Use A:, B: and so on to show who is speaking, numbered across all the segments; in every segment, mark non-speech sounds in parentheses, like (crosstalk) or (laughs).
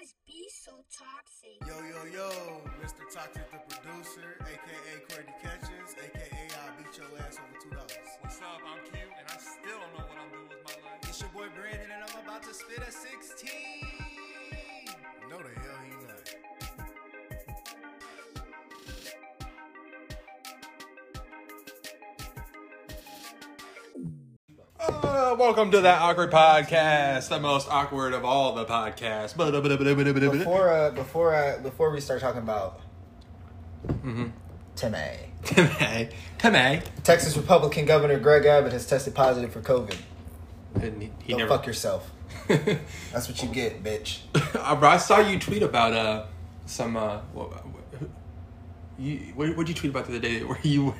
A: just be so toxic.
B: Yo, yo, yo, Mr. Toxic the producer, aka Courtney Catches, aka I beat your ass over two dollars.
C: What's up? I'm Q, and I still don't know what I'm doing with my life.
D: It's your boy Brandon, and I'm about to spit a 16.
B: No, the hell he not.
E: Uh, welcome to that awkward podcast, the most awkward of all the podcasts. Before-
D: Before uh, before uh, before we start talking about
E: Mm-hmm.
D: Timmy,
E: Timmy, Timmy,
D: Texas Republican Governor Greg Abbott has tested positive for COVID.
E: And he- he
D: Go
E: never.
D: fuck yourself.
E: (laughs)
D: That's what you get, bitch.
E: I Uh, I saw you tweet about uh some uh. What, what, you, what did you tweet about the other day? Where
D: (laughs)
E: you?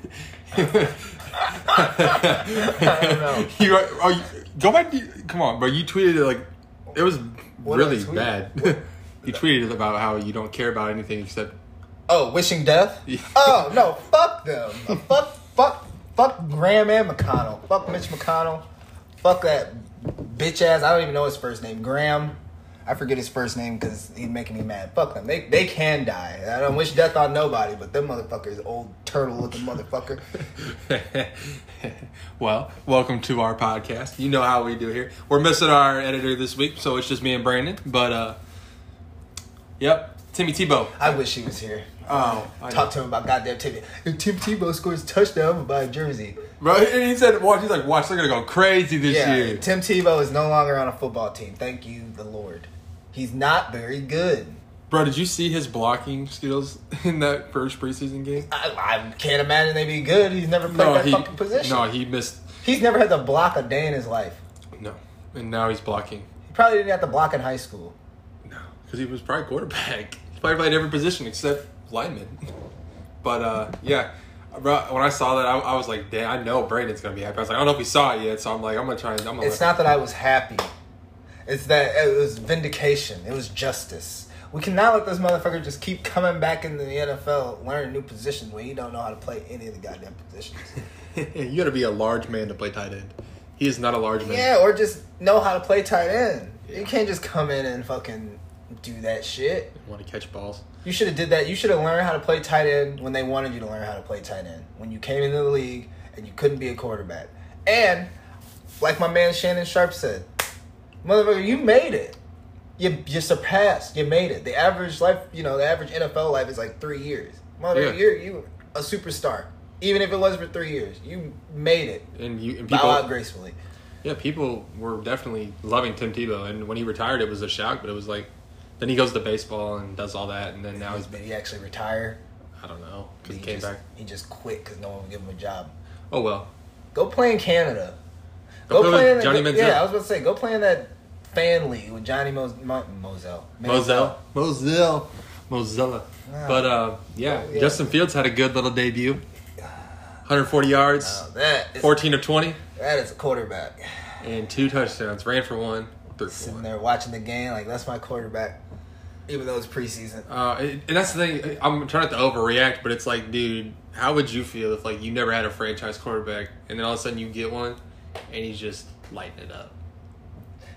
D: I don't know.
E: you are, are you, go back. to- Come on, bro. You tweeted it like it was
D: did I
E: really
D: tweet?
E: bad. (laughs) you tweeted about how you don't care about anything except
D: Oh, wishing death? Oh no, fuck them. Uh, fuck, fuck, fuck Graham and McConnell. Fuck Mitch McConnell. Fuck that bitch ass. I don't even know his first name. Graham. I forget his first name because he's making me mad. Fuck them. They they can die. I don't wish death on nobody, but them motherfuckers, old turtle looking motherfucker.
E: (laughs) well, welcome to our podcast. You know how we do here. We're missing our editor this week, so it's just me and Brandon. But uh, yep, Timmy Tebow.
D: I wish he was here.
E: Oh, I
D: Talk to him about goddamn Timmy. If Tim Tebow scores a touchdown, I'm gonna buy a jersey.
E: bro. And he said, "Watch." He's like, "Watch, they're gonna go crazy this
D: Yeah,
E: year."
D: Tim Tebow is no longer on a football team. Thank you, the Lord. He's not very good.
E: bro, did you see his blocking skills (laughs) in that first preseason game?
D: I, I can't imagine they'd be good. He's never played that fucking position.
E: no, he missed.
D: He's never had to block a day in his life.
E: No, and now he's blocking.
D: He probably didn't have to block in high school.
E: No, because he was probably quarterback. (laughs) He probably played every position except lineman. (laughs) But uh, yeah, bro, when I saw that, I, I was like, "Damn, I know Brandon's gonna be happy." I was like, "I don't know if he saw it yet," so I'm like, "I'm gonna try and." I'm gonna
D: It's
E: let-
D: not that I was happy. It's that it was vindication. It was justice. We cannot let this motherfucker just keep coming back into the NFL, learning new positions when he don't know how to play any of the goddamn positions.
E: (laughs) you gotta be a large man to play tight end. He is not a large man.
D: yeah, or just know how to play tight end. You can't just come in and fucking do that shit.
E: Want to catch balls?
D: You should have did that. You should have learned how to play tight end when they wanted you to learn how to play tight end. When you came into the league and you couldn't be a quarterback. And like my man Shannon Sharp said, motherfucker, you made it. You you surpassed. You made it. The average life, you know, the average NFL life is like three years. Motherfucker,
E: Yeah.
D: you're you a superstar. Even if it was for three years, you made it.
E: And you and
D: Bow out
E: people,
D: gracefully.
E: yeah, people were definitely loving Tim Tebow. And when he retired, it was a shock, but it was like, then he goes to baseball and does all that, and then now
D: (laughs)
E: he's
D: Did he actually retire?
E: I don't know because he
D: He
E: came
D: just-
E: back.
D: He just quit because no one would give him a job.
E: Oh well,
D: Go play in Canada.
E: Go
D: Go,
E: play with
D: play
E: Johnny
D: in go-
E: Manziel.
D: Yeah, I was about to say, go play in that fan league with Johnny Mo- Mo- Moselle.
E: Moselle. Moselle. Mozilla.
D: Wow. Oh,
E: But uh, yeah,
D: Yeah.
E: Justin Fields had a good little debut. 140 yards,
D: Now Oh, that is,
E: 14 of 20,
D: that is a quarterback.
E: and two touchdowns. Ran for one, threw for
D: Sitting
E: one.
D: there watching the game, like, that's my quarterback. Even though it's preseason.
E: Uh, and and that's the thing. I'm trying not to overreact, but it's like, dude, how would you feel if like you never had a franchise quarterback, and then all of a sudden you get one, and he's just lighting it up? (laughs)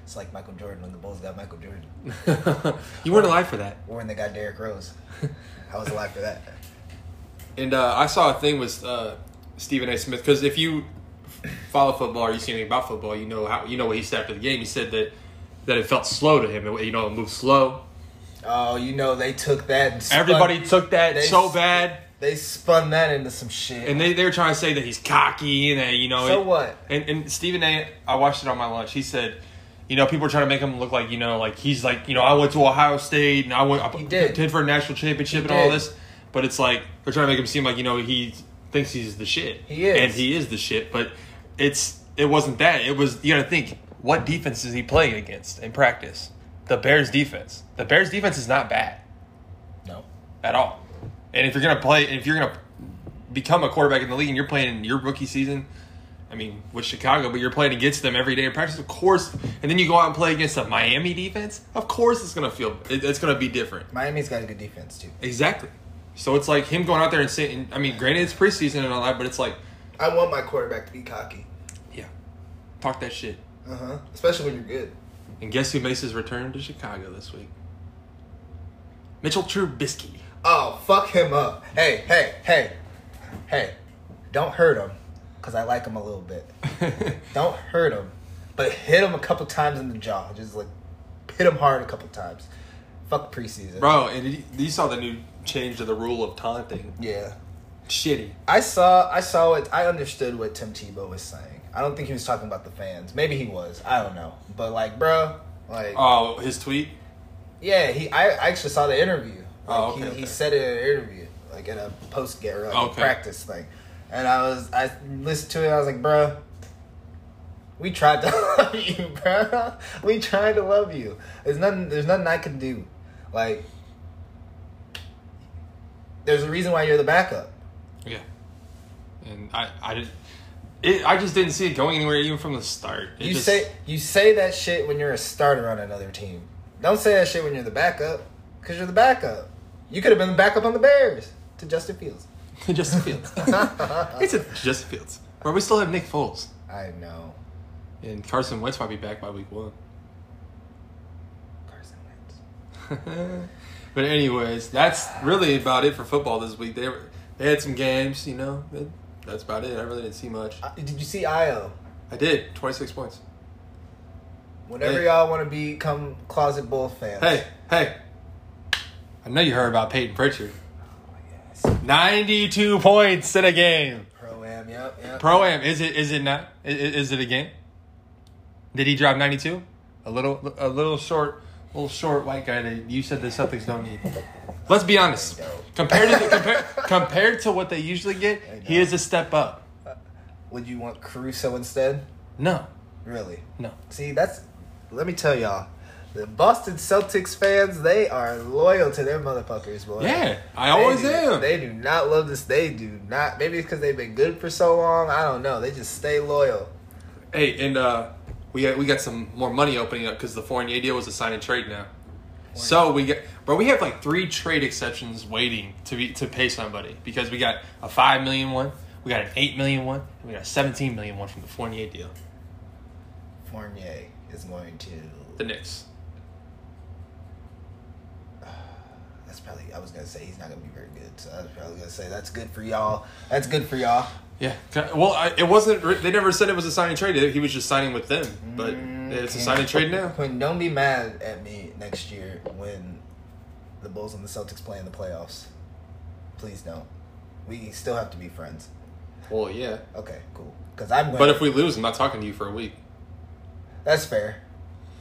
D: It's like Michael Jordan when the Bulls got Michael Jordan.
E: you weren't alive for that.
D: Or when they got Derrick Rose. (laughs) I was alive for that.
E: And uh, I saw a thing with uh, Stephen A. Smith because if you follow football or you see anything about football, you know how you know what he said after the game. He said that that it felt slow to him. It, you know, it moved slow.
D: Oh, you know, they took that. and spun-
E: Everybody took that
D: they-
E: so bad,
D: They spun that into some shit.
E: and they they were trying to say that he's cocky and that you know.
D: So
E: it-
D: what?
E: And, and Stephen A. I watched it on my lunch. He said. You know, people were trying to make him look like you know, like he's like you know, I went to Ohio State and I went, I
D: He did.
E: did for a national championship and
D: He
E: all
D: did.
E: this, but it's like they're trying to make him seem like you know he thinks he's the shit.
D: He is.
E: and he is the shit. But it's it wasn't that. It was you got to think what defense is he playing against in practice? The Bears defense. The Bears defense is not bad
D: No.
E: at all. And if you're gonna play, if you're gonna become a quarterback in the league, and you're playing in your rookie season, I mean, with Chicago, but you're playing against them every day in practice, of course. And then you go out and play against a Miami defense. Of course, it's gonna feel it, it's gonna be different.
D: Miami's got a good defense, too.
E: Exactly. So it's like him going out there and saying, I mean, granted it's preseason and all that, but it's like,
D: I want my quarterback to be cocky.
E: yeah, talk that shit.
D: Uh huh. Especially when you're good.
E: And guess who makes his return to Chicago this week? Mitchell Trubisky. (laughs)
D: Oh, fuck him up. Hey, hey, hey, hey. Don't hurt him, because I like him a little bit. Don't hurt him, but hit him a couple times in the jaw. Just like hit him hard a couple times. Fuck preseason.
E: Bro, and you, you saw the new change to the rule of taunting.
D: Yeah.
E: Shitty.
D: I saw I saw it I understood what Tim Tebow was saying. I don't think he was talking about the fans. Maybe he was. I don't know. But like, bro, like
E: Oh, his tweet?
D: yeah, he I, I actually saw the interview. Like,
E: Oh, okay,
D: he,
E: okay.
D: he said it in an interview, like in a post get like
E: Okay.
D: a practice thing. And I was I listened to it, I was like, bro, we tried to (laughs) love you, bro. We tried to love you. There's nothing there's nothing I can do. Like there's a reason why you're the backup.
E: Yeah. And I, I did It, I just didn't see it going anywhere, even from the start. It
D: You
E: just- (laughs)
D: say you say that shit when you're a starter on another team. Don't say that shit when you're the backup, because you're the backup. You could have been the backup on the Bears to Justin Fields.
E: Justin
D: (laughs)
E: Fields. it's a Justin Fields. But we still have Nick Foles,
D: I know.
E: and Carson Wentz might be back by week one. (laughs)
D: Carson Wentz.
E: But anyways, that's really about it for football this week. They were, they had some games, you know. but That's about it. I really didn't see much.
D: Uh, Did you see Io?
E: I did twenty six points.
D: Whenever
E: Hey.
D: y'all want to become closet bull fans,
E: Hey, hey. I know you heard about Peyton Pritchard.
D: Oh,
E: Ninety two points in a game.
D: pro am, yep, yep.
E: Pro am is it is it not i- i- is it a game? Did he drop ninety two? A little a little short little short white guy that you said the Celtics don't need. Let's be honest. Compared to the, compare, (laughs) compared to what they usually get, he is a step up.
D: Would you want Caruso instead?
E: No,
D: Really?
E: no.
D: See, that's. Let me tell y'all, the Boston Celtics fans, they are loyal to their motherfuckers, boy.
E: Yeah, I
D: They
E: always
D: do-
E: am.
D: They do not love this. They do not. Maybe it's because they've been good for so long. I don't know. They just stay loyal.
E: Hey, and uh, we got, we got some more money opening up because the Fournier deal was a sign and trade now. So we get, bro. We have like three trade exceptions waiting to be to pay somebody because we got a five million one, we got an eight million one, and we got a seventeen million one from the Fournier deal.
D: Fournier is going to.
E: The Knicks.
D: That's probably. I was gonna say he's not gonna be very good. So I was probably gonna say that's good for y'all. That's good for y'all.
E: Yeah. Well, I, it wasn't. They never said it was a sign and trade. He was just signing with them, but it's a sign and trade now.
D: Quinn, don't be mad at me next year when the Bulls and the Celtics play in the playoffs. Please don't. We still have to be friends.
E: (laughs) Well, yeah.
D: Okay, cool. Because I'm. Going
E: But if we lose, I'm not talking to you for a week.
D: that's fair.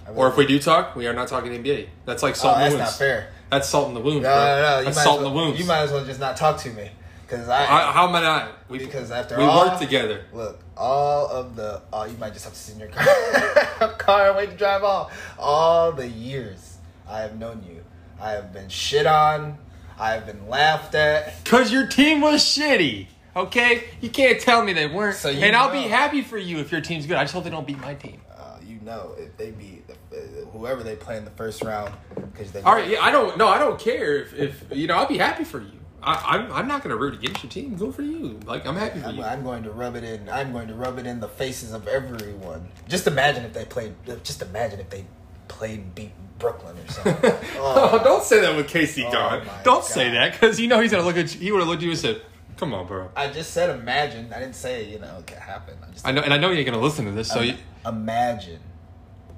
D: I
E: Or if we
D: really-
E: do talk, we are not talking NBA. That's like salt
D: oh,
E: in
D: that's
E: the
D: not
E: wounds.
D: fair.
E: That's salt in the wounds,
D: No,
E: bro.
D: no, no. You
E: That's
D: might
E: salt
D: as
E: in
D: well,
E: the wounds.
D: You might as well just not talk to me, because I,
E: I, how am I not? We,
D: because after
E: we
D: all,
E: work together.
D: Look, all of the oh, you might just have to sit in your car, (laughs) car and wait to drive off. All the years I have known you, I have been shit on. I have been laughed at.
E: Cause your team was shitty. Okay, you can't tell me they weren't.
D: So you
E: and I'll
D: know.
E: be happy for you if your team's good. I just hope they don't beat my team.
D: Uh, you know, if they beat uh, whoever they play in the first round, because they
E: All right, yeah, I don't. No, I don't care if, if you know. I'll be happy for you. I, I'm I'm not gonna root against your team. Go for you. Like I'm happy for
D: I'm,
E: you. (laughs)
D: I'm going to rub it in. I'm going to rub it in the faces of everyone. Just imagine if they played. Just imagine if they played beat Brooklyn or something.
E: (laughs) oh, don't say that with Casey
D: Oh,
E: gone.
D: my
E: Don't say
D: God.
E: that because you know he's gonna look at you. He would have looked at you and said, "Come on, bro."
D: I just said imagine. I didn't say you know it could happen. I just
E: I know, and I know you're gonna listen to this. So you,
D: imagine.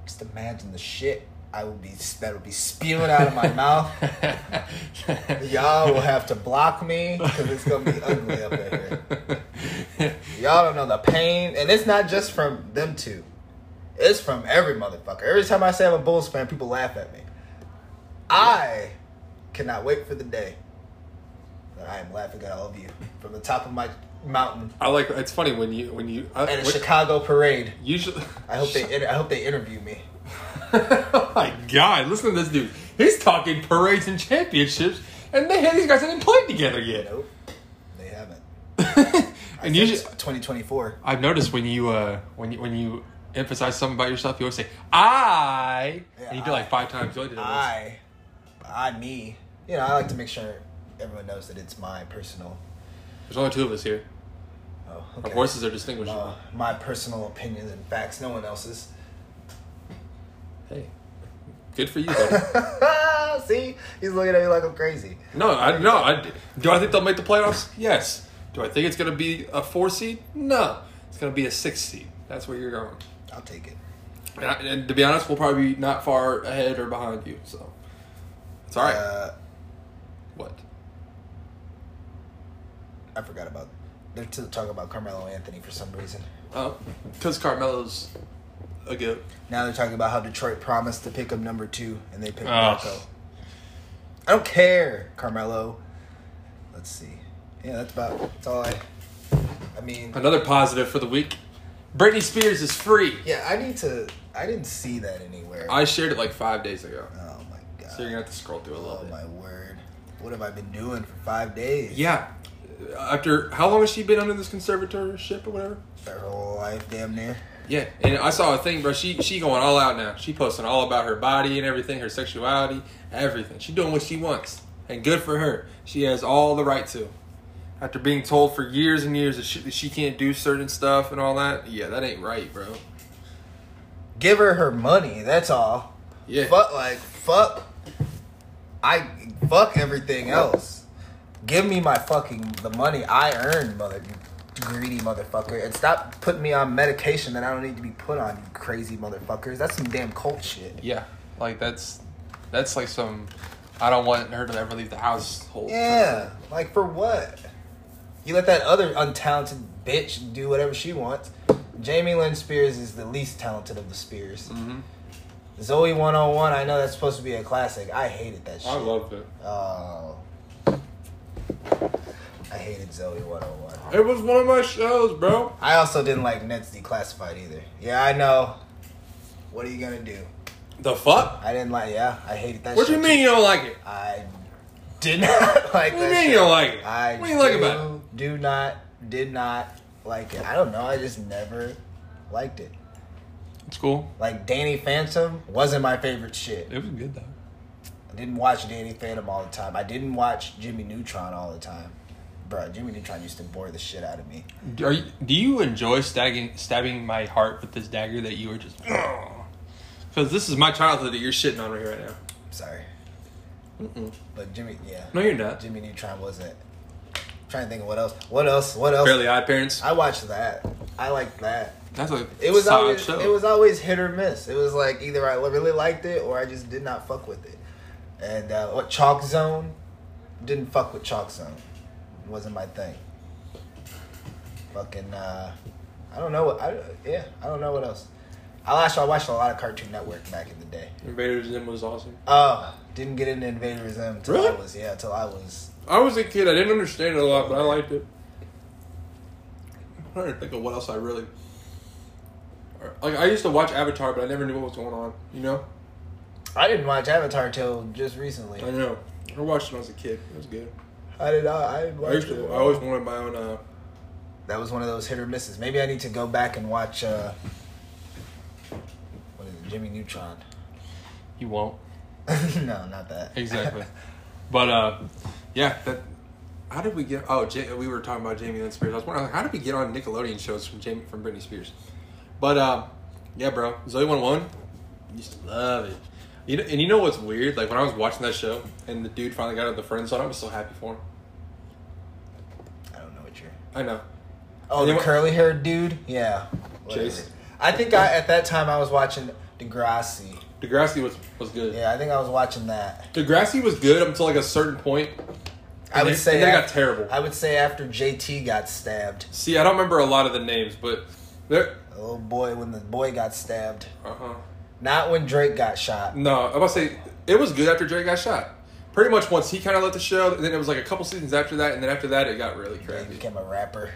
D: Just imagine the shit I will be that will be spewing out of my mouth. Um,
E: (laughs)
D: Y'all will have to block me because it's gonna be ugly up in here. Y'all don't know the pain, and it's not just from them two. It's from every motherfucker. Every time I say I'm a Bulls fan, people laugh at me. I cannot wait for the day that I am laughing at all of you from the top of my mountain
E: I like. It's funny when you when you I,
D: at a
E: what-
D: Chicago parade.
E: usually.
D: I
E: (laughs)
D: hope they inter- I hope they interview me.
E: oh my god! Listen to this dude. He's talking parades and championships, and they these guys haven't played together yet. (laughs)
D: Nope, they haven't.
E: and usually,
D: twenty twenty four.
E: I've noticed when you uh when you when you emphasize something about yourself, you always say "I," and you do it like five times. You only did it once.
D: I, I me. You know, I like to make sure everyone knows that it's my personal.
E: There's only two of us here.
D: Oh,
E: Our
D: okay.
E: voices are distinguishable.
D: Uh, my personal opinions and facts. No one else's. (laughs)
E: hey, good for you, buddy.
D: See, He's looking at me like I'm crazy.
E: No, I no. I, do I think they'll make the playoffs? Yes. Do I think it's going to be a four seed? No. It's going to be a six seed. That's where you're going.
D: I'll take it.
E: And, I, and to be honest, we'll probably be not far ahead or behind you. So it's all right.
D: Uh,
E: what?
D: I forgot about. They're t- talking about Carmelo Anthony for some reason.
E: Oh, because Carmelo's a good.
D: Now they're talking about how Detroit promised to pick up number two and they picked
E: Oh.
D: Bronco. I don't care, Carmelo. Let's see. Yeah, that's about. That's all I. I mean,
E: Another positive for the week. Britney Spears is free.
D: yeah, I need to. I didn't see that anywhere.
E: I shared it like five days ago,
D: oh my god.
E: so you're gonna have to scroll through a little
D: Oh
E: bit.
D: my word. What have I been doing for five days?
E: Yeah. After how long has she been under this conservatorship or whatever?
D: Her whole life, damn near.
E: Yeah, and I saw a thing, bro. She she going all out now. She posting all about her body and everything, her sexuality, everything. She doing what she wants, and good for her. She has all the right to. After being told for years and years that she, that she can't do certain stuff and all that, yeah, that ain't right, bro.
D: Give her her money, that's all.
E: Yeah,
D: Fuck, like, fuck. I. Fuck everything else. Give me my fucking. The money I earned, mother. Greedy motherfucker. And stop putting me on medication that I don't need to be put on, you crazy motherfuckers. That's some damn cult shit.
E: yeah. Like that's that's like some. I don't want her to ever leave the household.
D: Yeah, like for what? You let that other untalented bitch do whatever she wants. Jamie Lynn Spears is the least talented of the Spears.
E: Mm-hmm.
D: Zoe 101, I know that's supposed to be a classic. I hated that shit.
E: I loved it.
D: Oh. I hated Zoe 101.
E: It was one of my shows, bro.
D: I also didn't like Ned's Declassified either. Yeah, I know. What are you gonna do?
E: The fuck?
D: I didn't like, yeah, I hated that
E: What
D: shit.
E: you mean you don't like it?
D: I did (laughs) not
E: What
D: like that
E: you mean
D: shit.
E: you don't like it?
D: I
E: What do you like
D: do-
E: about it?
D: Do not, did not like it. I don't know. I just never liked it.
E: It's cool.
D: Like Danny Phantom wasn't my favorite shit.
E: It was good though.
D: I didn't watch Danny Phantom all the time. I didn't watch Jimmy Neutron all the time. Bruh, Jimmy Neutron used to bore the shit out of me.
E: Are you, do you enjoy stabbing stabbing my heart with this dagger that you are just? Because this is my childhood that you're shitting on me right now.
D: I'm sorry, but Jimmy, yeah,
E: No, you're not.
D: Jimmy Neutron wasn't. I'm trying to think of what else. What else? What else?
E: Fairly Odd Parents.
D: Uh, I watched that. I liked that.
E: That's a
D: It was
E: solid
D: always
E: show.
D: it was always hit or miss. It was like either I really liked it or I just did not fuck with it. And uh, what Chalk Zone didn't fuck with Chalk Zone. It wasn't my thing. Fucking uh, I don't know. What, I yeah, I don't know what else. I actually I watched a lot of Cartoon Network back in the day.
E: Invader Zim was awesome.
D: Oh, didn't get into Invader Zim till I
E: Really?
D: was yeah till I was
E: I was a kid. I didn't understand it a lot, but I liked it. I'm trying to think of what else I really. or- Like I used to watch Avatar, but I never knew what was going on. You know.
D: I didn't watch Avatar till just recently.
E: I know. I watched it when I was a kid. It was good.
D: I did not. I didn't watch
E: I used
D: it.
E: to. I always wanted my own. Uh,
D: That was one of those hit or misses. Maybe I need to go back and watch uh what is it, Jimmy Neutron. (laughs)
E: you won't.
D: no, not that.
E: Exactly. but uh, yeah, that. How did we get? Oh, Ja we were talking about Jamie Lynn Spears. I was wondering, like, how did we get on Nickelodeon shows from Jamie from Britney Spears? But uh, yeah, bro, Zoe One One, used to love it. You know, and you know what's weird? Like when I was watching that show, and the dude finally got out of the friend zone, I was so happy for him.
D: (laughs) I don't know what you're
E: I know.
D: Oh, the curly haired dude? Yeah. Whatever.
E: Chase.
D: I think I at that time I was watching Degrassi.
E: Degrassi was was good.
D: Yeah, I think I was watching that.
E: Degrassi was good up until like a certain point.
D: I
E: And
D: would
E: they-
D: say
E: and they got
D: af-
E: terrible.
D: I would say after JT got stabbed.
E: See, I don't remember a lot of the names, but there.
D: Oh boy, when the boy got stabbed.
E: Uh huh.
D: Not when Drake got shot.
E: No, I'm about to say it was good after Drake got shot. Pretty much once he kind of left the show, and then it was like a couple seasons after that, and then after that it got really
D: He
E: crappy.
D: became a rapper.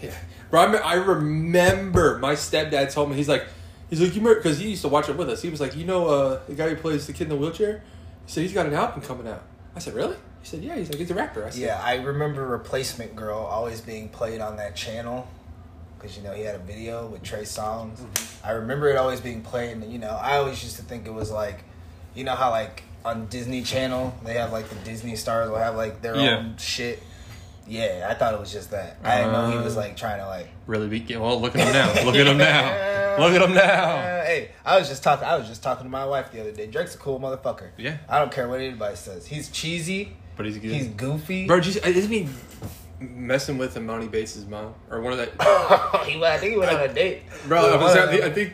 E: Yeah, bro, I, me- I remember my stepdad told me he's like, he's like you because he used to watch it with us. He was like, you know, uh, the guy who plays the kid in the wheelchair, he said he's got an album coming out. I said, really? He said, yeah. He's like, he's a rapper. I said,
D: Yeah, I remember Replacement Girl always being played on that channel because you know he had a video with Trey Songs.
E: Mm-hmm.
D: I remember it always being played, and you know I always used to think it was like, you know how like on Disney Channel they have like the Disney stars will have like their
E: Yeah.
D: own shit. Yeah, I thought it was just that. I didn't know he was
E: Uh.
D: like trying to like.
E: really be well. Look at him now. Look at him now. Look at him now.
D: Uh, hey, I was just talking. I was just talking to my wife the other day. Drake's a cool motherfucker.
E: Yeah.
D: I don't care what anybody says. He's cheesy.
E: But he's good.
D: He's goofy.
E: Bro, did you, uh, isn't he messing with Imani Bates' mom or one of that?
D: (laughs) he went, I think he went on a date.
E: Bro, I,
D: With
E: was
D: one
E: at
D: of
E: the, I
D: them.
E: think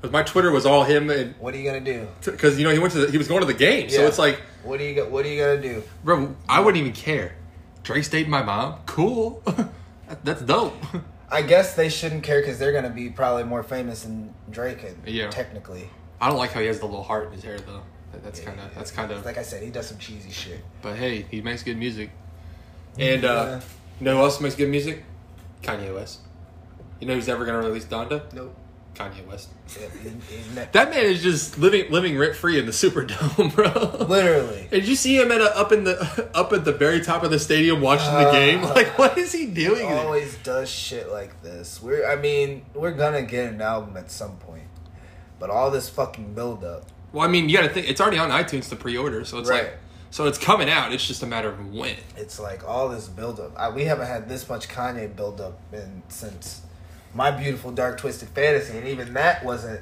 E: 'cause my Twitter was all him
D: What are you gonna do?
E: because you know he went to the, he was going to the game, so
D: Yeah.
E: it's like,
D: What are you? go- What are you gonna do?
E: bro, I wouldn't even care. Drake's dating my mom, cool. (laughs) That- That's dope. (laughs)
D: I guess they shouldn't care because they're gonna be probably more famous than Drake. And
E: Yeah.
D: Technically,
E: I don't like how he has the little heart in his hair though. That- That's kind of that's kind of.
D: like I said, he does some cheesy shit.
E: But hey, he makes good music. And
D: Yeah.
E: uh, you know who else makes good music? Kanye West. You know who's ever gonna release Donda?
D: Nope.
E: Kanye West.
D: Yeah, he- (laughs) he's ne-
E: That man is just living living rent free in the Superdome, (laughs) bro.
D: literally.
E: Did you see him at a, up in the (laughs) up at the very top of the stadium watching the game?
D: Uh,
E: Like, what is he doing? there?
D: always does shit like this. We're, I mean, we're gonna get an album at some point, but all this fucking build up.
E: Well, I mean, you got to think it's already on iTunes to pre-order, so it's like,
D: Right.
E: so it's coming out. It's just a matter of when.
D: It's like all this build up. I, we haven't had this much Kanye build up in since my beautiful dark twisted fantasy, and even that wasn't.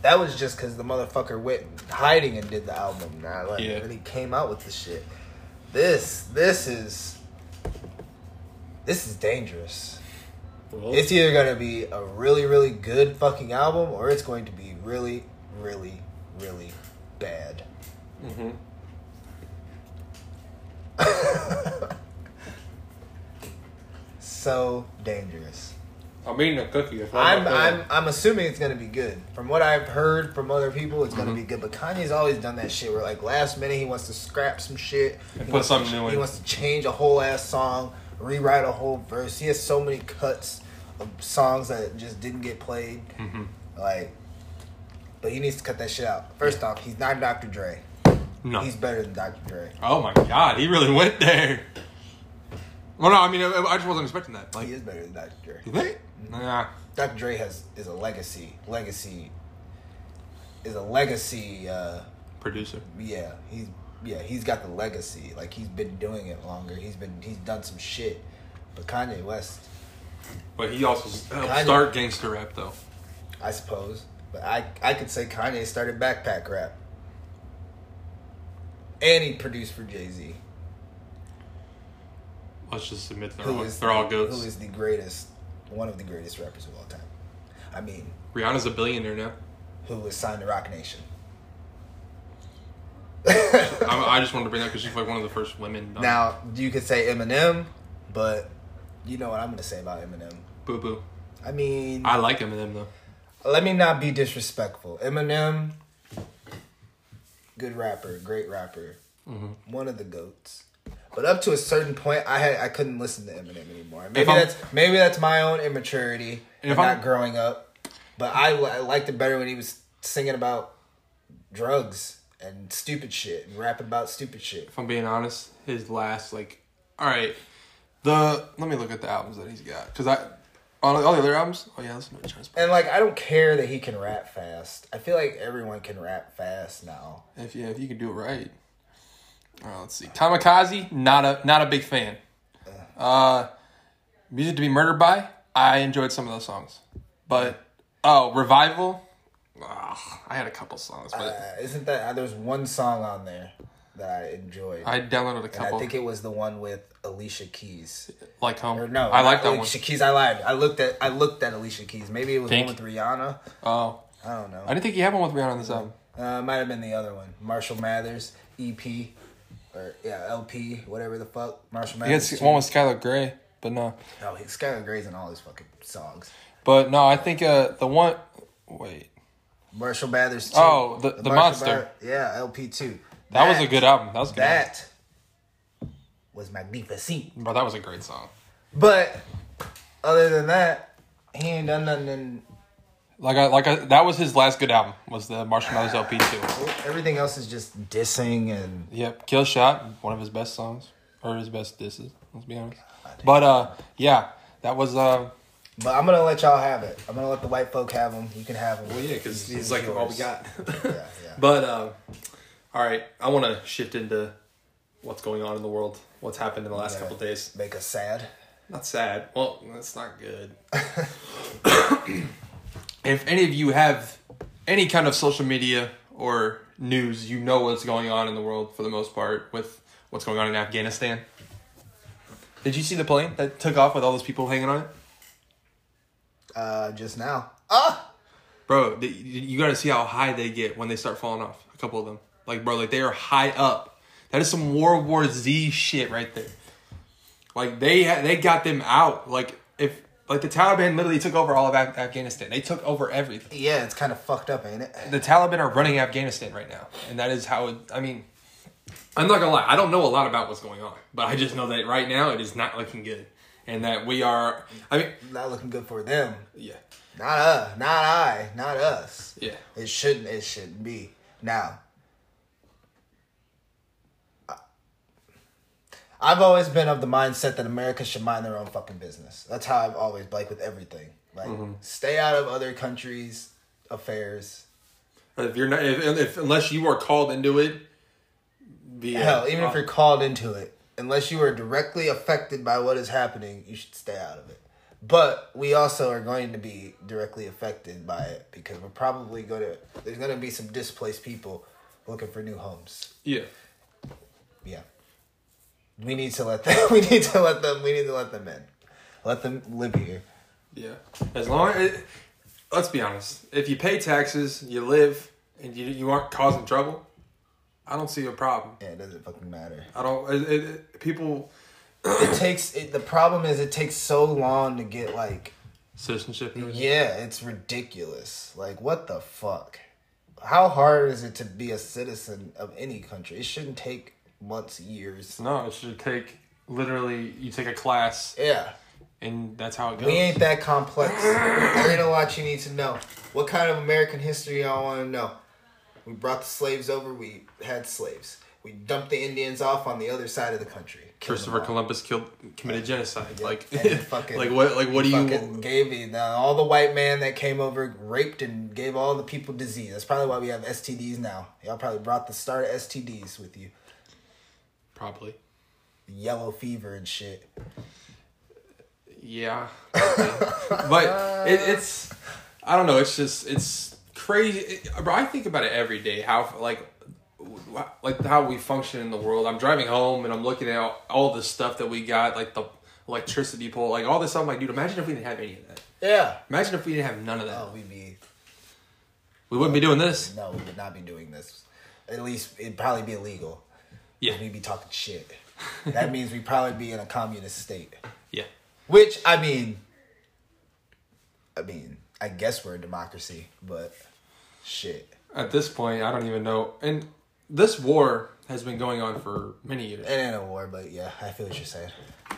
D: That was just because the motherfucker went hiding and did the album. Now, like,
E: Yeah.
D: and he came out with the shit. This, this is, this is dangerous.
E: Well,
D: It's either gonna be a really, really good fucking album, or it's going to be really, really, really bad. (laughs) so dangerous.
E: I'm eating a cookie. That's why
D: I'm,
E: not feeling
D: I'm, I'm assuming it's gonna be good. From what I've heard from other people, it's
E: Mm-hmm.
D: gonna be good. But Kanye's always done that shit where like last minute he wants to scrap some shit
E: And
D: He
E: put
D: wants to-
E: something new in.
D: He wants to change a whole ass song, rewrite a whole verse. He has so many cuts of songs that just didn't get played.
E: Mm-hmm.
D: Like, but he needs to cut that shit out. First off, he's not Dr. Dre.
E: no.
D: He's better than Dr. Dre.
E: Oh my god, he really went there. Well, no, I mean, I, I just wasn't expecting that. Like,
D: He is better than Dr. Dre.
E: you think? Nah.
D: Dr. Dre has is a legacy. Legacy is a legacy. uh
E: Producer.
D: yeah, he's yeah, he's got the legacy. Like he's been doing it longer. He's been he's done some shit. But Kanye West,
E: But he also s- helped
D: Kanye.
E: start gangster rap, though.
D: I suppose. But I I could say Kanye started backpack rap. And he produced for Jay Z,
E: Let's just admit they're,
D: who
E: all,
D: is
E: they're all
D: who
E: goats.
D: is the greatest, one of the greatest rappers of all time. I mean,
E: Rihanna's a billionaire now.
D: who was signed to Rock Nation?
E: I, I just wanted to bring that because she's like one of the first women. uh,
D: Now you could say Eminem, but you know what I'm gonna say about Eminem.
E: Boo boo.
D: I mean,
E: I like Eminem though.
D: let me not be disrespectful. Eminem, good rapper, great rapper,
E: Mm-hmm.
D: one of the goats. But up to a certain point, I had I couldn't listen to Eminem anymore. Maybe
E: If I'm-
D: that's maybe that's my own immaturity
E: And
D: and
E: if I'm-
D: not growing up. But I, li- I liked it better when he was singing about drugs and stupid shit and rapping about stupid shit.
E: If I'm being honest, his last like, all right, the let me look at the albums that he's got because I all, all the other albums. Oh yeah, listen to Chance.
D: And like I don't care that he can rap fast. I feel like everyone can rap fast now.
E: If yeah, if you could do it right. Uh, let's see. Kamikaze, not a not a big fan. Uh, Music to be murdered by. I enjoyed some of those songs, but oh, revival. Ugh, I had a couple songs, but
D: Uh, isn't that uh, there's one song on there that I enjoyed.
E: I downloaded a
D: And I
E: couple.
D: think it was the one with Alicia Keys.
E: like home.
D: Or no,
E: I like
D: not
E: that one.
D: Alicia Keys. I lied. I looked at I looked at Alicia Keys. Maybe it was
E: Pink.
D: one with Rihanna.
E: Oh,
D: I don't know.
E: I didn't think he had one with Rihanna on this album.
D: Uh, it might have been the other one. Marshall Mathers EP or yeah LP whatever the fuck. Marshall
E: He
D: Mathers. Oh,
E: had
D: too.
E: one with Skylar Gray, but no.
D: no, he- Skylar Gray's in all his fucking songs.
E: But no, I think uh the one. Wait,
D: Marshall Mathers. Too.
E: Oh, the- the
D: Marshall
E: Monster.
D: Math- yeah, LP two.
E: that, was a good album. That was a good. album.
D: That was magnificent.
E: Bro, that was a great song.
D: But other than that, he ain't done nothing. In,
E: Like I like I, that was his last good album was the Marshall Mathers LP two.
D: everything else is just dissing and
E: Yep, Kill Shot, one of his best songs or his best disses. Let's be honest. But uh, yeah, that was uh.
D: But I'm gonna let y'all have it. I'm gonna let the white folk have them. You can have them. (laughs) yeah, yeah.
E: (laughs) But uh, all right, I want to shift into what's going on in the world, what's happened in the last
D: Yeah.
E: couple days.
D: Make us sad.
E: Not sad. Well, that's not good. (coughs) if any of you have any kind of social media or news, you know what's going on in the world for the most part with what's going on in Afghanistan. Did you see the plane that took off with all those people hanging on it?
D: Uh, just now. Ah,
E: Bro, th- you got to see how high they get when they start falling off. A couple of them. Like, bro, like they are high up. That is some World War Z shit right there. Like they ha- they got them out. Like if like the Taliban literally took over all of Af- Afghanistan. They took over everything.
D: yeah, it's kind of fucked up, ain't it?
E: the Taliban are running Afghanistan right now, and that is how. It, I mean, I'm not gonna lie. I don't know a lot about what's going on, but I just know that right now it is not looking good, and that we are. I mean,
D: Not looking good for them.
E: yeah,
D: Not uh, not I, not us.
E: yeah.
D: It shouldn't. It shouldn't be. Now, I- I've always been of the mindset that America should mind their own fucking business. That's how I've always like with everything. Like, stay out of other countries' affairs.
E: If you're not, if, if unless you are called into it, the uh,
D: Hell, even if you're called into it, unless you are directly affected by what is happening, you should stay out of it. But we also are going to be directly affected by it because we're probably going to. There's going to be some displaced people looking for new homes.
E: yeah,
D: Yeah. We need to let them. (laughs) We need to let them. We need to let them in. Let them live here.
E: yeah. As long as let's be honest, if you pay taxes, you live, and you you aren't causing trouble, I don't see a problem.
D: Yeah, it doesn't fucking matter.
E: I don't. It, it, it- people
D: It takes. It, the problem is, it takes so long to get like.
E: citizenship.
D: Yeah, it's ridiculous. Like, what the fuck? How hard is it to be a citizen of any country? It shouldn't take months, years.
E: No, it should take literally. You take a class,
D: Yeah.
E: and that's how it goes.
D: We ain't that complex. there ain't a lot you need to know. What kind of American history y'all want to know? We brought the slaves over. We had slaves. We dumped the Indians off on the other side of the country. Killed them
E: Christopher
D: all.
E: Columbus killed, committed genocide. Like, (laughs)
D: and fucking-
E: like what? Like what do
D: Fucking
E: you?
D: gave me the, all the white man that came over raped and gave all the people disease. That's probably why we have STDs now. Y'all probably brought the start of STDs with you,
E: Probably.
D: yellow fever and shit.
E: Yeah. but it, it's. I don't know. It's just it's crazy. It, bro, I think about it every day. How like. wh- Like how we function in the world. I'm driving home and I'm looking at all, all the stuff that we got, like the electricity pole, like all this stuff. I'm like, dude, imagine if we didn't have any of that.
D: Yeah.
E: Imagine if we didn't have none of that.
D: Oh, we'd be
E: we wouldn't be doing this.
D: no, we would not be doing this. At least it'd probably be illegal.
E: Yeah.
D: We'd be talking shit. that means we'd probably be in a communist state.
E: Yeah.
D: Which I mean, I mean, I guess we're a democracy, but shit.
E: At this point, I don't even know. And this war has been going on for many years.
D: It ain't a war, but yeah, I feel what you're saying.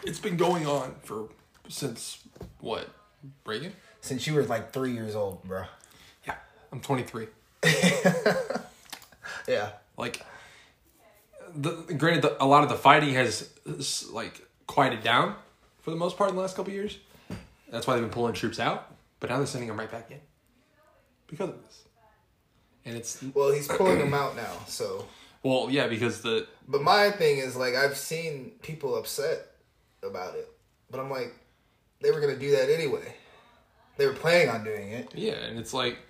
E: It's been going on for since what? Reagan?
D: Since you were like three years old, bro.
E: Yeah. I'm 23.
D: Yeah.
E: Like the granted the, a lot of the fighting has s- like quieted down for the most part in the last couple years. That's why they've been pulling troops out, but now they're sending them right back in because of this. And it's
D: Well, he's pulling them out now, so.
E: well, yeah, because the
D: But my thing is like I've seen people upset about it, but I'm like, they were gonna do that anyway. They were planning on doing it.
E: yeah, and it's like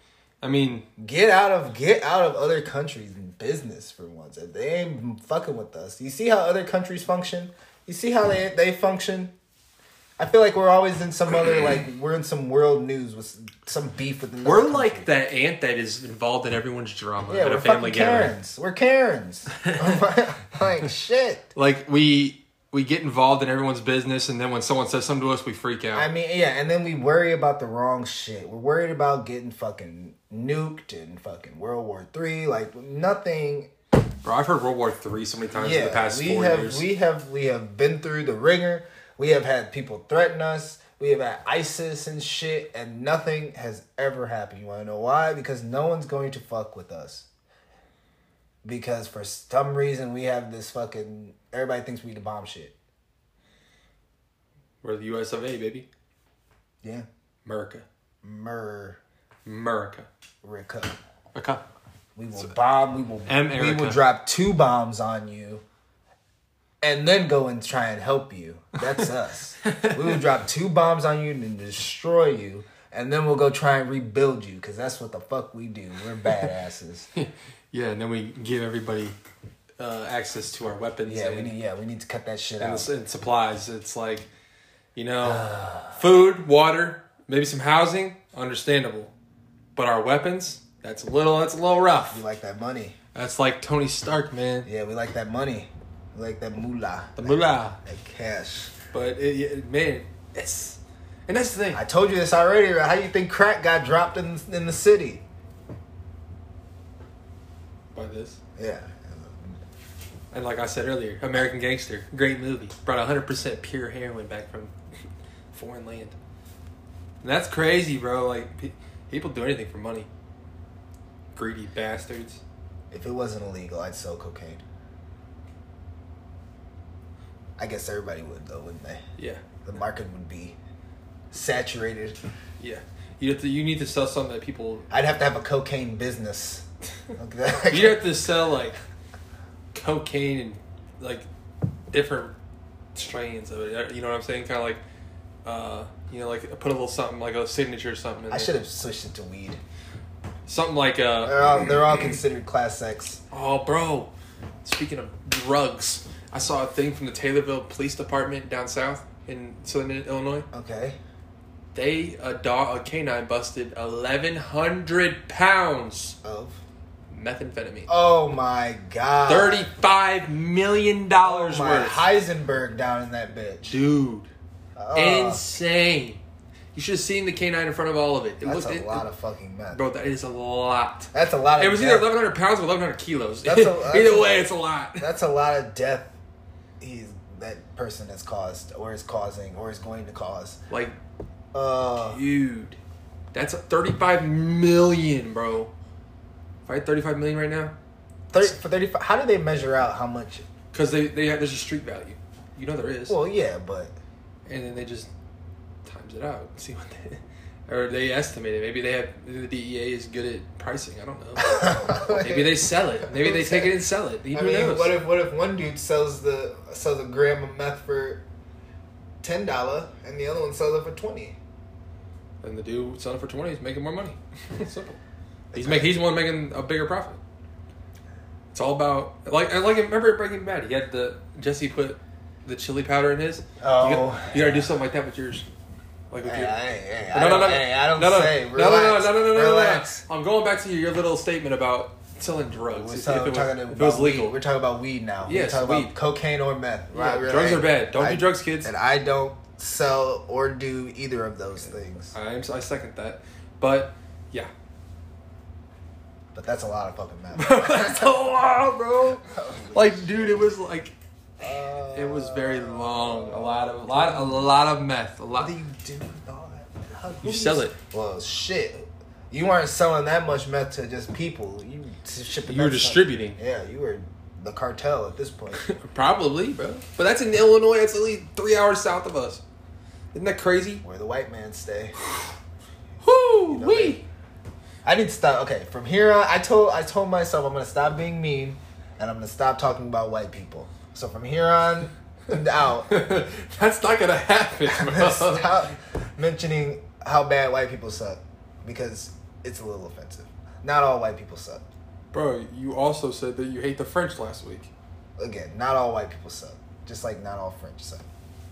E: I mean,
D: Get out of get out of other countries' business for once. If they ain't fucking with us, you see how other countries function. You see how they they function. I feel like we're always in some other like we're in some world news with some beef with another.
E: We're
D: country.
E: like that aunt that is involved in everyone's drama
D: yeah,
E: at
D: we're
E: a family
D: fucking
E: gathering.
D: Karens.
E: (laughs)
D: We're Karens. (laughs) like shit.
E: Like we we get involved in everyone's business, and then when someone says something to us, we freak out.
D: I mean, yeah, and then we worry about the wrong shit. We're worried about getting fucking nuked and fucking World War Three. Like nothing.
E: Bro, I've heard World War Three so many times in the
D: Yeah,
E: past
D: we
E: four
D: have
E: years.
D: we have we have been through the ringer. We have had people threaten us. We have had ISIS and shit, and nothing has ever happened. You want to know why? Because no one's going to fuck with us. Because for some reason we have this fucking everybody thinks we the bomb shit.
E: We're the U.S. of A. Baby,
D: Yeah,
E: America,
D: America.
E: America, America.
D: We will bomb. We will. We
E: America.
D: will drop two bombs on you, and then go and (laughs) try and help you. That's us. we will drop two bombs on you and destroy you, and then we'll go try and rebuild you because that's what the fuck we do. We're badasses. (laughs)
E: Yeah, and then we give everybody uh, access to our weapons
D: yeah, we
E: and,
D: need. Yeah, we need to cut that shit
E: and
D: out.
E: s- and supplies. It's like, you know, (sighs) food, water, maybe some housing, understandable. But our weapons, that's a little, that's a little
D: We
E: rough.
D: like that money.
E: That's like Tony Stark, man.
D: Yeah, we like that money. We like that moolah,
E: The mullah.
D: that cash.
E: But it, it, man, it's and that's the thing.
D: I told you this already. but How do you think crack got dropped in in the city?
E: By this,
D: Yeah,
E: and like I said earlier, American Gangster, great movie, brought 100 percent pure heroin back from (laughs) foreign land. And that's crazy, bro. Like pe- people do anything for money. Greedy bastards.
D: if it wasn't illegal, I'd sell cocaine. I guess everybody would though, wouldn't they?
E: Yeah,
D: The market would be saturated.
E: yeah. You have to. You need to sell something that people.
D: I'd have to have a cocaine business. Okay.
E: (laughs) You have to sell like cocaine and like different strains of it. You know what I'm saying? Kind of like, uh, you know, like put a little something like a signature or something. in
D: I
E: there.
D: should have switched it to weed.
E: something like
D: They're
E: uh
D: all, they're all considered class X.
E: oh bro speaking of drugs i saw a thing from the taylorville police department down south in southern illinois
D: Okay.
E: they a dog a canine busted 1100 pounds
D: Of.
E: methamphetamine
D: Oh my god.
E: 35 million
D: Oh
E: dollars
D: my
E: worth
D: Heisenberg down in that bitch.
E: dude
D: Oh,
E: insane you should have seen the canine in front of all of it it
D: that's
E: looked
D: a
E: it-
D: lot of fucking meth.
E: bro that is a lot
D: that's a lot of.
E: it was
D: death.
E: either 1100 pounds or 1100 kilos
D: That's a-
E: (laughs)
D: that's
E: either
D: a-
E: way it's a lot
D: That's a lot of death. He's that person has caused, or is causing, or is going to cause.
E: like
D: Uh,
E: Dude, that's a 35 million, bro. If I had 35 million right now,
D: thir for thirty-five. How do they measure out how much?
E: because they, they have, there's a street value. You know there is.
D: Well, yeah, but (laughs)
E: and then they just times it out. (laughs) See what they, or they estimate it. Maybe they have, the DEA is good at pricing. I don't
D: (laughs)
E: know. Maybe they sell it. Maybe they take it and sell it. Who
D: I mean,
E: knows?
D: what if what if one dude sells the sells a gram of meth for ten dollar, and the other one sells it for twenty?
E: and the dude selling it for 20 is making more money. (laughs) Simple. He's make, he's the one making a bigger profit. It's all about like I like remember Breaking Bad. He had the Jesse put the chili powder in his.
D: Oh.
E: you, got, you gotta do something like that with yours. Like with
D: Hey,
E: your,
D: hey, hey,
E: no,
D: I
E: no,
D: don't,
E: no,
D: hey, I don't
E: no, no,
D: say.
E: no, no,
D: Relax.
E: no, no, no, no, no, no,
D: relax.
E: I'm going back to your little statement about selling drugs.
D: We're,
E: If-
D: so-
E: if it was,
D: talking
E: if it
D: about
E: was
D: weed.
E: legal,
D: We're talking about weed now.
E: Yes,
D: we're talking
E: weed.
D: about cocaine or meth.
E: Yeah, drugs are bad. Don't do drugs, kids.
D: And I don't sell or do either of those things.
E: I, am- I second that, but yeah, (laughs)
D: But that's a lot of fucking
E: (laughs)
D: meth.
E: that's a lot,
D: (laughs)
E: bro. Like, dude, it was like
D: Uh,
E: It was very long. A lot of a lot a lot of meth. A
D: What
E: lot.
D: do you do with all that? How- who
E: You sell it.
D: Well, shit. You weren't selling that much meth to just people. You s- shipping.
E: You were
D: that stuff.
E: distributing.
D: Yeah, you were the cartel at
E: (laughs)
D: this point.
E: Probably, bro. But that's in Illinois. That's at least three hours south of us. Isn't that crazy?
D: Where the white man stay.
E: Whoo
D: know,
E: wee.
D: I need to stop. Okay, from here on, I told I told myself I'm gonna stop being mean, and I'm gonna stop talking about white people. So from here on
E: (laughs)
D: and out, I'm
E: that's not gonna
D: (laughs)
E: happen,
D: gonna
E: bro.
D: stop mentioning how bad white people suck because it's a little offensive. Not all white people suck.
E: bro, you also said that you hate the French last week.
D: Again, not all white people suck. Just like not all French suck.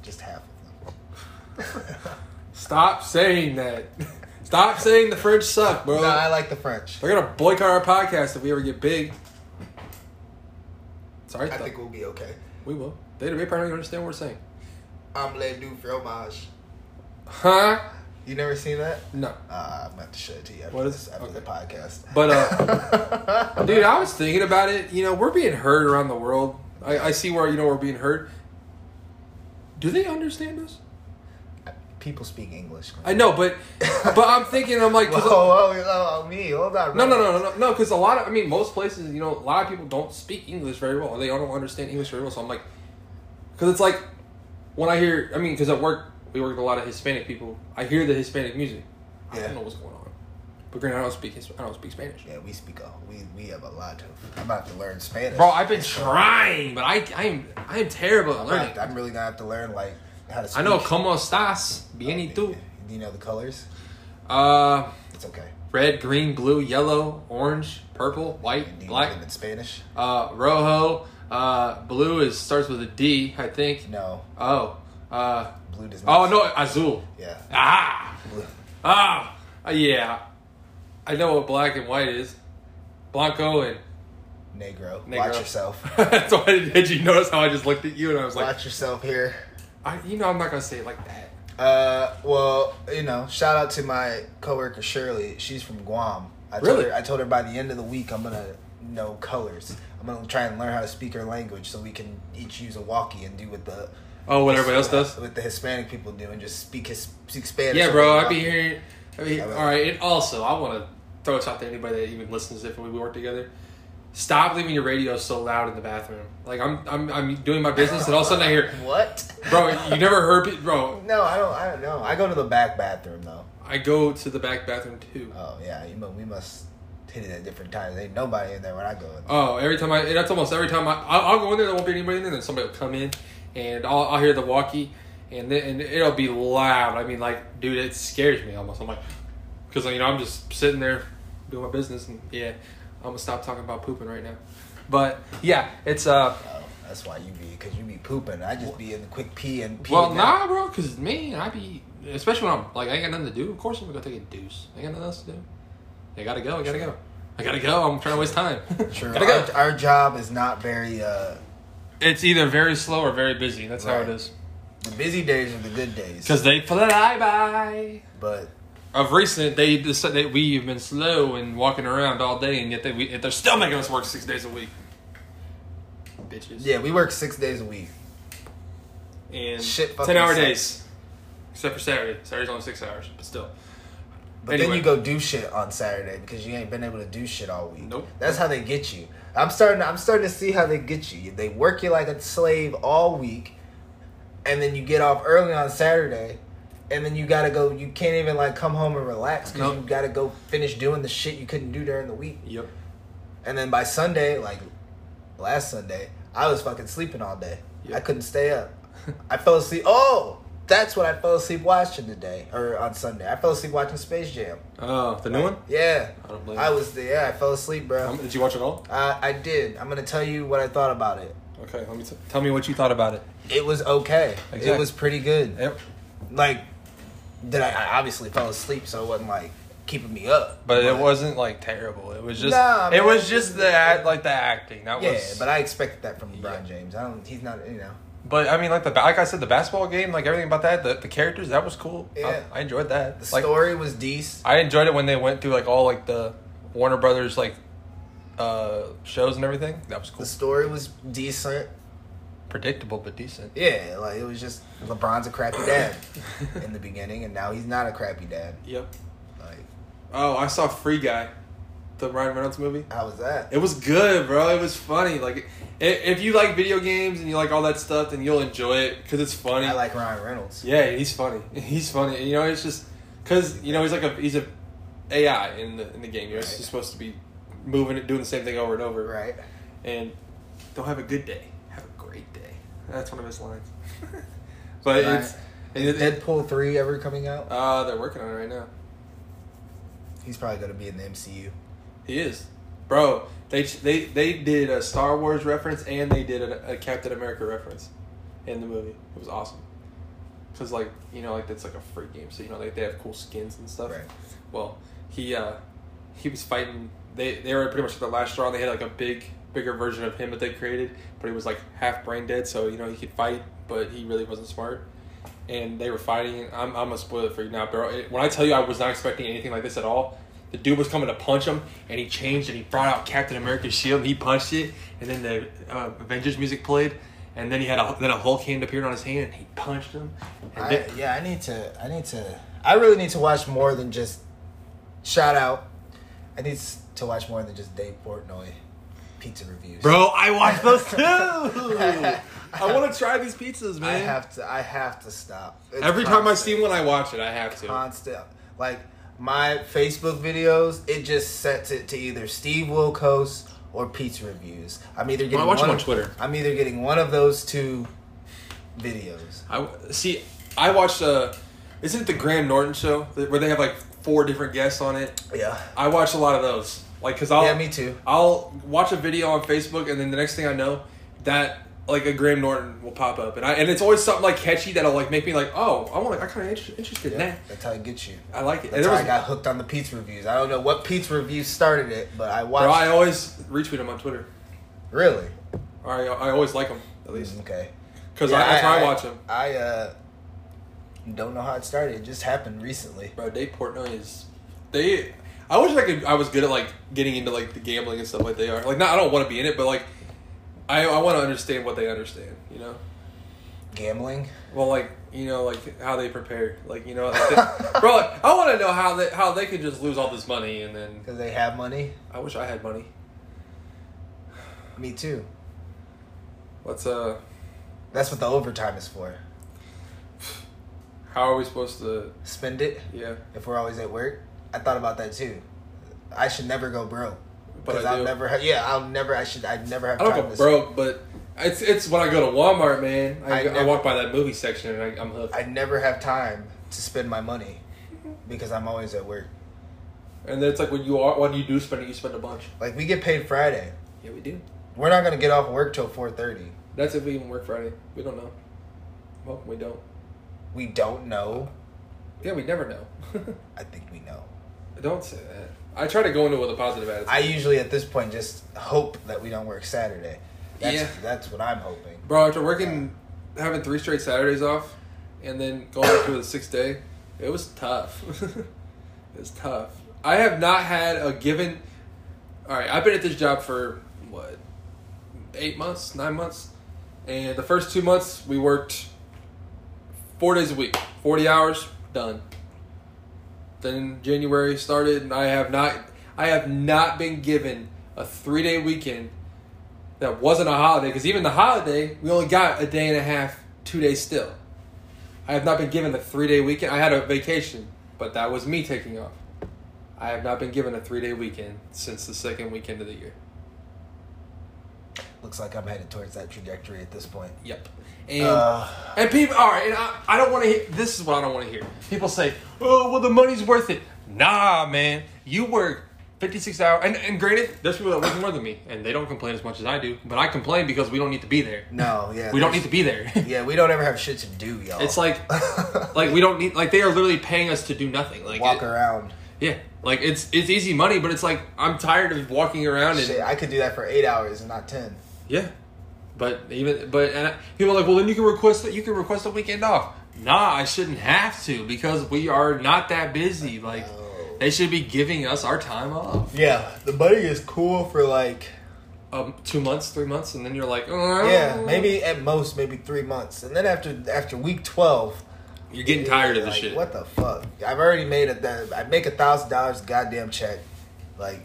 D: Just half of them.
E: Stop saying that. (laughs) Stop saying the French suck, bro.
D: No, I like the French.
E: They're gonna boycott our podcast if we ever get big. Sorry,
D: I
E: though.
D: think we'll be okay.
E: we will. They, they probably don't understand what we're saying.
D: Omelette du fromage.
E: Huh?
D: You never seen that?
E: No.
D: Uh, I'm gonna have to show it to you after,
E: What is-
D: this, after the
E: okay.
D: podcast.
E: But uh,
D: (laughs)
E: dude, I was thinking about it. You know, we're being heard around the world. I, I see where you know we're being heard. Do they understand us?
D: People speak English.
E: I
D: (laughs)
E: know, but but I'm thinking I'm like 'cause-
D: Whoa, whoa, whoa, me, hold on.
E: no no
D: bro.
E: no no no because a lot of I mean most places you know a lot of people don't speak English very well. They don't understand English very well. So I'm like, because it's like when I hear I mean because at work we work with a lot of Hispanic people. I hear the Hispanic music. I
D: Yeah.
E: don't know what's going on. But granted, I don't speak Hisp- I don't speak Spanish.
D: Yeah, we speak a we we have a lot of. I'm about to learn Spanish,
E: Bro, I've been trying, but I I'm I'm terrible at
D: I'm,
E: learning.
D: gonna- I'm really gonna have to learn like how to.
E: I
D: Speak.
E: know como estás, bien y tú.
D: Do you know the colors?
E: Uh,
D: It's okay.
E: red, green, blue, yellow, orange, purple, white,
D: Need
E: black.
D: them in Spanish?
E: Uh, rojo. Uh, blue is starts with a D, I think.
D: No,
E: Oh. Uh,
D: blue does not.
E: oh no, azul.
D: Yeah.
E: Ah.
D: Blue.
E: Ah. Yeah. I know what black and white is. Blanco and (laughs)
D: Negro.
E: Negro. (laughs)
D: Watch yourself.
E: That's why. Did you notice how I just looked at you and I was like,
D: Watch yourself here.
E: I, you know, I'm not gonna say it like that.
D: Uh, well, you know, shout out to my coworker Shirley. She's from Guam. I
E: Really?
D: Told her, I told her by the end of the week I'm gonna know colors. I'm gonna try and learn how to speak her language so we can each use a walkie and do what the
E: Oh, what everybody else does.
D: what the Hispanic people do and just speak his speak Spanish.
E: Yeah,
D: over
E: bro.
D: the
E: I'd be
D: walkie.
E: hearing. I mean,
D: I will.
E: all right. And also, I want to throw this out to anybody that even listens if we work together. Stop leaving your radio so loud in the bathroom. Like I'm, I'm, I'm doing my business, and all of a sudden I hear,
D: What? (laughs)
E: bro. You never heard, pe- bro.
D: No, I don't. I don't know. I go to the back bathroom though.
E: I go to the back bathroom too.
D: Oh yeah, you know, we must hit it at different times. Ain't nobody in there when I go. In.
E: Oh, every time I, that's almost every time I, I'll, I'll go in there, there won't be anybody in there, then somebody will come in, and I'll, I'll hear the walkie, and then and it'll be loud. I mean, like, dude, it scares me almost. I'm like, because, you know, I'm just sitting there doing my business, and yeah, I'm gonna stop talking about pooping right now. But yeah, it's, uh,
D: Oh, that's why you be because you be pooping. I just be in the quick pee and pee.
E: well,
D: and
E: nah, bro, because man, I be, especially when I'm like, I ain't got nothing to do, of course I'm gonna go take a deuce. I ain't got nothing else to do. I gotta go, I gotta go. I gotta go, I'm trying to waste time. (laughs)
D: True.
E: gotta go.
D: Our, our job is not very. Uh,
E: It's either very slow or very busy, that's how
D: Right.
E: it is.
D: the busy days are the good days.
E: Because they fly by.
D: But
E: Of recent, they just said that we've been slow and walking around all day, and yet they we, yet they're still making us work six days a week. Bitches.
D: yeah, we work six days a week.
E: And
D: Shit fucking
E: ten hour
D: sucks.
E: days, except for Saturday. Saturday's only six hours, but still.
D: But
E: Anyway.
D: then you go do shit on Saturday because you ain't been able to do shit all week.
E: Nope.
D: That's how they get you. I'm starting. I'm starting to see how they get you. They work you like a slave all week, and then you get off early on Saturday, and then you gotta go. You can't even like come home and relax because
E: Nope.
D: you gotta go finish doing the shit you couldn't do during the week.
E: Yep.
D: And then by Sunday, like last Sunday, I was fucking sleeping all day.
E: Yeah.
D: I couldn't
E: (laughs)
D: stay up. I fell asleep. Oh, that's what I fell asleep watching today or on Sunday. I fell asleep watching Space Jam.
E: Oh, the new one.
D: Yeah.
E: I don't blame
D: I
E: you.
D: was there. I fell asleep,
E: Um,
D: bro.
E: did you watch it all?
D: I, I did. I'm gonna tell you what I thought about it.
E: Okay. Let me t- tell me what you thought about it.
D: It was okay.
E: Exact-
D: It was pretty good.
E: Yep.
D: Like, did I, I obviously fell asleep, so it wasn't like keeping me up.
E: But it wasn't like terrible. It was just.
D: Nah,
E: it
D: man.
E: was just the act, like the acting. That
D: Yeah,
E: was.
D: but I expected that from LeBron
E: Yeah.
D: James. I don't. He's not. You know.
E: But I mean, like the ba- like I said, the basketball game, like everything about that, the, the characters, that was cool. I-
D: Yeah.
E: I, enjoyed that.
D: The
E: like
D: story was decent.
E: I enjoyed it when they went through like all like the Warner Brothers like uh shows and everything. That was cool.
D: The story was decent.
E: Predictable but decent.
D: Yeah, like it was just LeBron's a crappy dad
E: (coughs)
D: in the beginning, and now he's not a crappy dad.
E: Yep.
D: Like,
E: Oh, I saw Free Guy, the Ryan Reynolds movie.
D: how was that?
E: It was good, bro. It was funny. Like, i- if you like video games and you like all that stuff, then you'll enjoy it because it's funny.
D: I like Ryan Reynolds.
E: Yeah, he's funny. (laughs) He's funny. You know, it's just because you know he's like a he's a AI in the in the game. You're
D: Right.
E: supposed to be moving it, doing the same thing over and over.
D: Right.
E: And don't have a good day. Have a great day. That's one of his lines. (laughs) but
D: Right.
E: it's and it,
D: Is
E: it,
D: Deadpool three ever coming out?
E: uh they're working on it right now.
D: He's probably gonna be in the MCU.
E: He is, bro. They they they did a Star Wars reference and they did a, a Captain America reference in the movie. It was awesome. Cause like you know like that's like a free game, so you know like they have cool skins and stuff.
D: Right.
E: Well, he uh he was fighting. They they were pretty much at the last straw. and They had like a big bigger version of him that they created, but he was like half brain dead, so you know he could fight, but he really wasn't smart. And they were fighting. I'm I'm a spoiler freak now, bro. It, when I tell you I was not expecting anything like this at all. The dude was coming to punch him, and he changed, and he brought out Captain America's shield, and he punched it, and then the uh, Avengers music played, and then he had a then a Hulk hand appeared on his hand, and he punched him. And
D: I,
E: then-
D: yeah, I need to. I need to. I really need to watch more than just shout out. I need s- to watch more than just Dave Portnoy pizza reviews.
E: Bro, I watched
D: (laughs)
E: those too. I want to try these pizzas,
D: I
E: man.
D: have to. I have to stop. It's
E: Every time I
D: constant.
E: see one, I watch it. I have to.
D: constant. Like my Facebook videos, it just sets it to either Steve Wilkos or pizza reviews. I'm either getting
E: I watch him
D: one
E: on
D: of-
E: Twitter.
D: I'm either getting one of those two videos.
E: I see. I watched. Uh, isn't it the Graham Norton show that- where they have like four different guests on it.
D: Yeah.
E: I watch a lot of those. Like, cause I'll
D: Yeah, me too.
E: I'll watch a video on Facebook, and then the next thing I know, that like a Graham Norton will pop up, and I and it's always something like catchy that'll like make me like, oh, I want, to I kind of inter- interested in that.
D: That's how I get you.
E: I like it. And
D: That's
E: there
D: how
E: was,
D: I got hooked on the pizza reviews. I don't know what pizza reviews started it, but I watched.
E: bro, I always retweet them on Twitter.
D: really? Mm,
E: Or I, I always like them at least
D: Okay.
E: because
D: Yeah,
E: I, that's why I, watch them.
D: I uh, don't know how it started. It just happened recently.
E: Bro, Dave Portnoy is they. I wish I could. I was good at like getting into like the gambling and stuff like they are. Like, not I don't want to be in it, but like I I want to understand what they understand. You know.
D: Gambling.
E: Well, like you know, like how they prepare, like you know,
D: (laughs)
E: like they- bro. Like, I want to know how they how they could just lose all this money and then
D: Because they have money.
E: I wish I had money.
D: Me too.
E: Let's uh,
D: That's what the overtime is for.
E: how are we supposed to?
D: Spend it
E: Yeah,
D: if we're always at work. I thought about that too. I should never go broke.
E: But
D: Because
E: I
D: I'll
E: do.
D: never. Ha- yeah, I'll never. I should. I never have.
E: I don't
D: time
E: go
D: to-
E: broke, but it's it's when I go to Walmart, man. I,
D: I
E: I,
D: never-
E: walk by that movie section and I, I'm hooked.
D: I never have time to spend my money because I'm always at work.
E: and then it's like when you are when you do spend it, you spend a bunch.
D: Like we get paid Friday.
E: Yeah, we do.
D: We're not gonna get off work till four thirty.
E: That's if we even work Friday. We don't know. Well, we don't.
D: We don't know.
E: Yeah, we never know. (laughs)
D: I think we know.
E: don't say that. I try to go into it with a positive attitude.
D: I usually at this point just hope that we don't work Saturday. That's,
E: Yeah.
D: that's what I'm hoping.
E: Bro, after working, having three straight Saturdays off, and then going up to the sixth day, it was tough. (laughs) it was tough. I have not had a given. All right, I've been at this job for what, eight months, nine months, and the first two months we worked four days a week, forty hours, done. Then January started, and I have not, I have not been given a three day weekend that wasn't a holiday because even the holiday we only got a day and a half two days still i have not been given a three day weekend i had a vacation but that was me taking off i have not been given a three day weekend since the second weekend of the year
D: Looks like I'm headed towards that trajectory at this point.
E: yep and
D: Uh.
E: and people all right and i, I don't want to hear this is what i don't want to hear people say oh well the money's worth it nah man you work 56 hours and, and granted there's people that work more than me and they don't complain as much as i do but i complain because we don't need to be there
D: No, yeah.
E: we don't need
D: there's-
E: to be there (laughs)
D: Yeah, we don't ever have shit to do, y'all.
E: It's like,
D: (laughs)
E: like we don't need like they are literally paying us to do nothing. Like
D: walk
E: it-
D: around.
E: yeah, like it's it's easy money, but it's like I'm tired of walking around and
D: Shit, I could do that for eight hours and not ten.
E: yeah. But even but and I- people are like, well, then you can request that you can request a weekend off. Nah, I shouldn't have to because we are not that busy. Like
D: No.
E: they should be giving us our time off.
D: Yeah, the money is cool for like
E: Um, two months, three months, and then you're like, oh,
D: yeah, maybe at most maybe three months, and then after after week twelve,
E: you're getting tired of
D: like,
E: this shit.
D: What the fuck? I've already made a that I make a thousand dollars goddamn check, like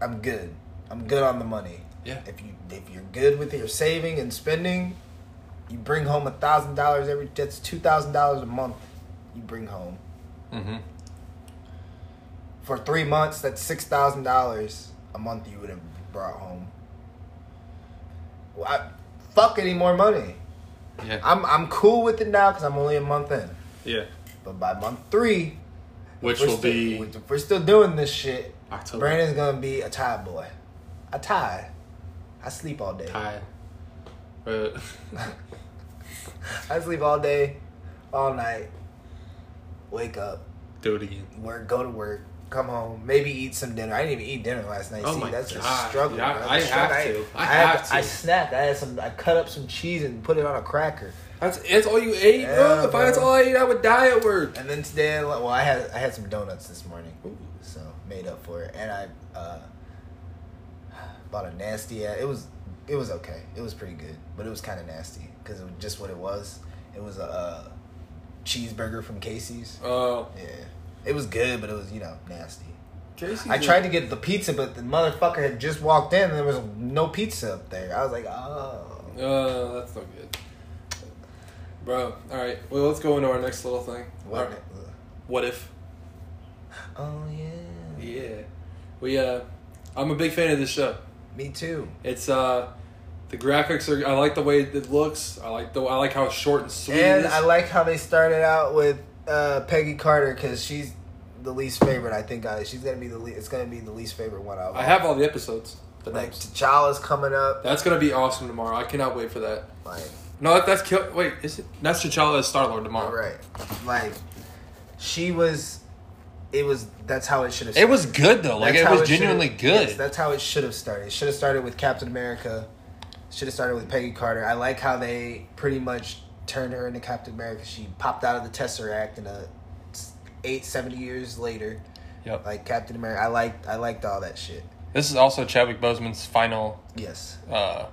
D: I'm good. I'm good on the money.
E: Yeah.
D: If you if you're good with your saving and spending, you bring home a thousand dollars every. That's two thousand dollars a month. You bring home
E: Mm-hmm.
D: for three months. That's six thousand dollars a month you would have brought home. Well, I, fuck any more money.
E: Yeah,
D: I'm I'm cool with it now because I'm only a month in.
E: yeah.
D: But by month three,
E: Which
D: we're
E: will
D: still-
E: be
D: if we're still doing this shit.
E: October.
D: Brandon's gonna be a tie boy, a tie. I sleep all day.
E: tired. But
D: I sleep all day, all night. Wake up,
E: (laughs) do it again.
D: work, go to work, come home, maybe eat some dinner. I didn't even eat dinner last night.
E: Oh
D: See,
E: my
D: that's
E: God.
D: a struggle.
E: Yeah,
D: bro.
E: I
D: That's a struggle.
E: have to. I
D: had-
E: have to.
D: I snacked. I had some. I cut up some cheese and put it on a cracker.
E: That's it's all you ate, bro.
D: Yeah,
E: If I, that's
D: bro.
E: all I ate, I would die at work.
D: And then today, well, I had I had some donuts this morning, so made up for it. And I uh, bought a nasty. It was it was okay. It was pretty good, but it was kind of nasty because it was just what it was. It was a uh, cheeseburger from Casey's.
E: Oh,
D: Yeah, it was good, but it was you know nasty.
E: Casey.
D: I tried to get the pizza, but the motherfucker had just walked in, and there was no pizza up there. I was like, oh,
E: Uh, that's not good, bro. All right, well, let's go into our next little thing. All
D: what?
E: right. What if?
D: Oh yeah,
E: Yeah, we. Uh, I'm a big fan of this show.
D: me too.
E: It's uh, the graphics are. I like the way it looks. I like the. I like how short and sweet. it
D: And
E: is.
D: I like how they started out with uh, Peggy Carter because she's the least favorite. I think I, she's gonna be the le- it's gonna be the least favorite one out. of
F: I
D: all.
F: have all the episodes. The
D: like
F: names.
D: T'Challa's coming up.
F: That's gonna be awesome tomorrow. I cannot wait for that.
D: Like
E: No, that, that's kill. Wait, is it? That's T'Challa as Star Lord tomorrow.
D: all right, like she was. It was that's how it should have.
E: It was good though. Like
D: That's
E: it
D: how
E: was
D: should've-
E: genuinely good.
D: yes, that's how it should have started. It should have started with Captain America. Should have started with Peggy Carter. I like how they pretty much turned her into Captain America. She popped out of the Tesseract in a eight seventy years later,
E: yep.
D: like Captain America. I liked I liked all that shit.
E: this is also Chadwick Boseman's final.
D: Yes,
E: Uh,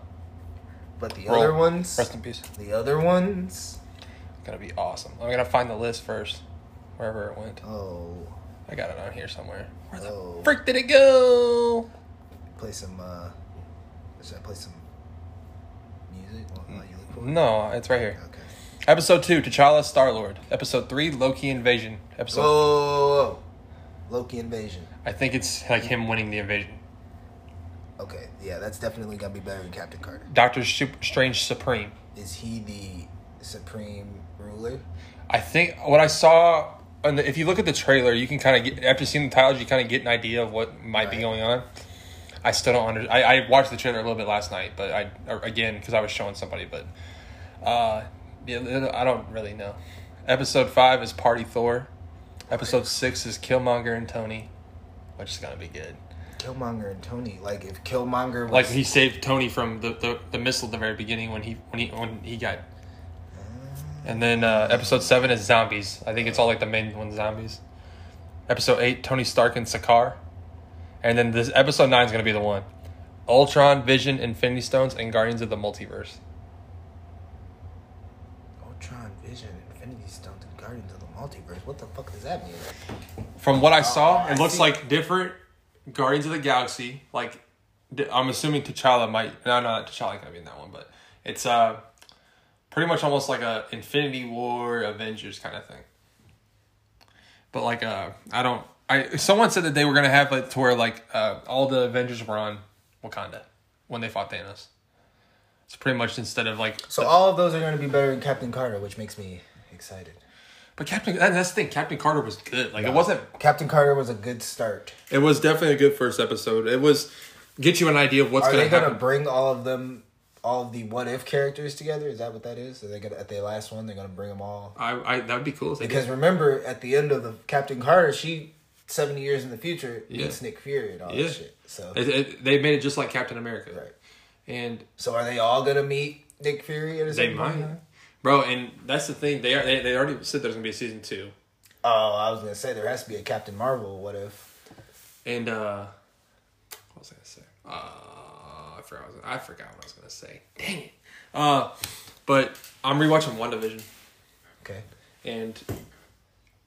D: but the
E: role.
D: other ones,
E: Rest in peace.
D: the other ones.
E: Gonna be awesome. I'm gonna find the list first, wherever it went.
D: Oh,
E: I got it on here somewhere. Where the
D: Oh.
E: frick did it go?
D: play some. uh Should I play some music? While- while you look for it?
E: No, it's right here.
D: Okay.
E: Episode two, T'Challa, Star Lord. Episode three, Loki invasion. Episode.
D: Whoa, whoa, whoa, whoa. Loki invasion.
E: I think it's like him winning the invasion.
D: Okay, yeah, that's definitely gonna be better than Captain Carter.
E: Doctor Su- Strange Supreme.
D: Is he the supreme ruler?
E: I think what I saw, on the, if you look at the trailer, you can kind of get after seeing the titles, you kind of get an idea of what might be
D: Right.
E: going on. I still don't under. I, I watched the trailer a little bit last night, but I or again because I was showing somebody, but uh, yeah, I don't really know. Episode five is Party Thor. Episode six is Killmonger and Tony, which is gonna be good.
D: Killmonger and Tony. Like if Killmonger was
E: Like he saved Tony from the, the, the missile at the very beginning when he when he when he got. And then uh, episode seven is zombies. I think it's all like the main ones zombies. Episode eight, Tony Stark and Sakaar. And then this episode nine is gonna be the one, Ultron, Vision, Infinity Stones, and Guardians of the Multiverse.
D: Ultron, Vision, Infinity Stones, and Guardians of the Multiverse. What the fuck does that mean?
E: From what I saw, it looks like different Guardians of the Galaxy. Like di- I'm assuming T'Challa might. No, no, not T'Challa gonna be in that one, but it's uh pretty much almost like a Infinity War Avengers kind of thing. But like uh, I don't. I someone said that they were gonna have like to where like uh, all the Avengers were on Wakanda when they fought Thanos. It's pretty much instead of like
D: So all of those are gonna be better than Captain Carter, which makes me excited.
E: but Captain. that- That's the thing. Captain Carter was good. Like it wasn't
D: Captain Carter was a good start.
E: It was definitely a good first episode. It was get you an idea of what's
D: Are
E: going
D: they
E: to
D: gonna
E: happen.
D: bring all of them all of the what if characters together? Is that what that is? Are they gonna at the last one they're gonna bring them all
E: I, I that would be cool. If they
D: Because
E: did.
D: remember, at the end of the Captain Carter, she seventy years in the future
E: Yeah.
D: meets Nick Fury and all
E: yeah,
D: that shit. So,
E: It- it- they made it just like Captain America,
D: Right.
E: And
D: so are they all gonna meet Nick Fury at a
E: they
D: certain
E: might,
D: point?
E: bro. And that's the thing. They are they, they already said there's gonna be a season two,
D: Oh, I was gonna say there has to be a Captain Marvel. What if?
E: and uh, what was I gonna say? Uh, I forgot. What I, was, I forgot what I was gonna say. Dang it. Uh, but I'm rewatching One Division,
D: Okay.
E: and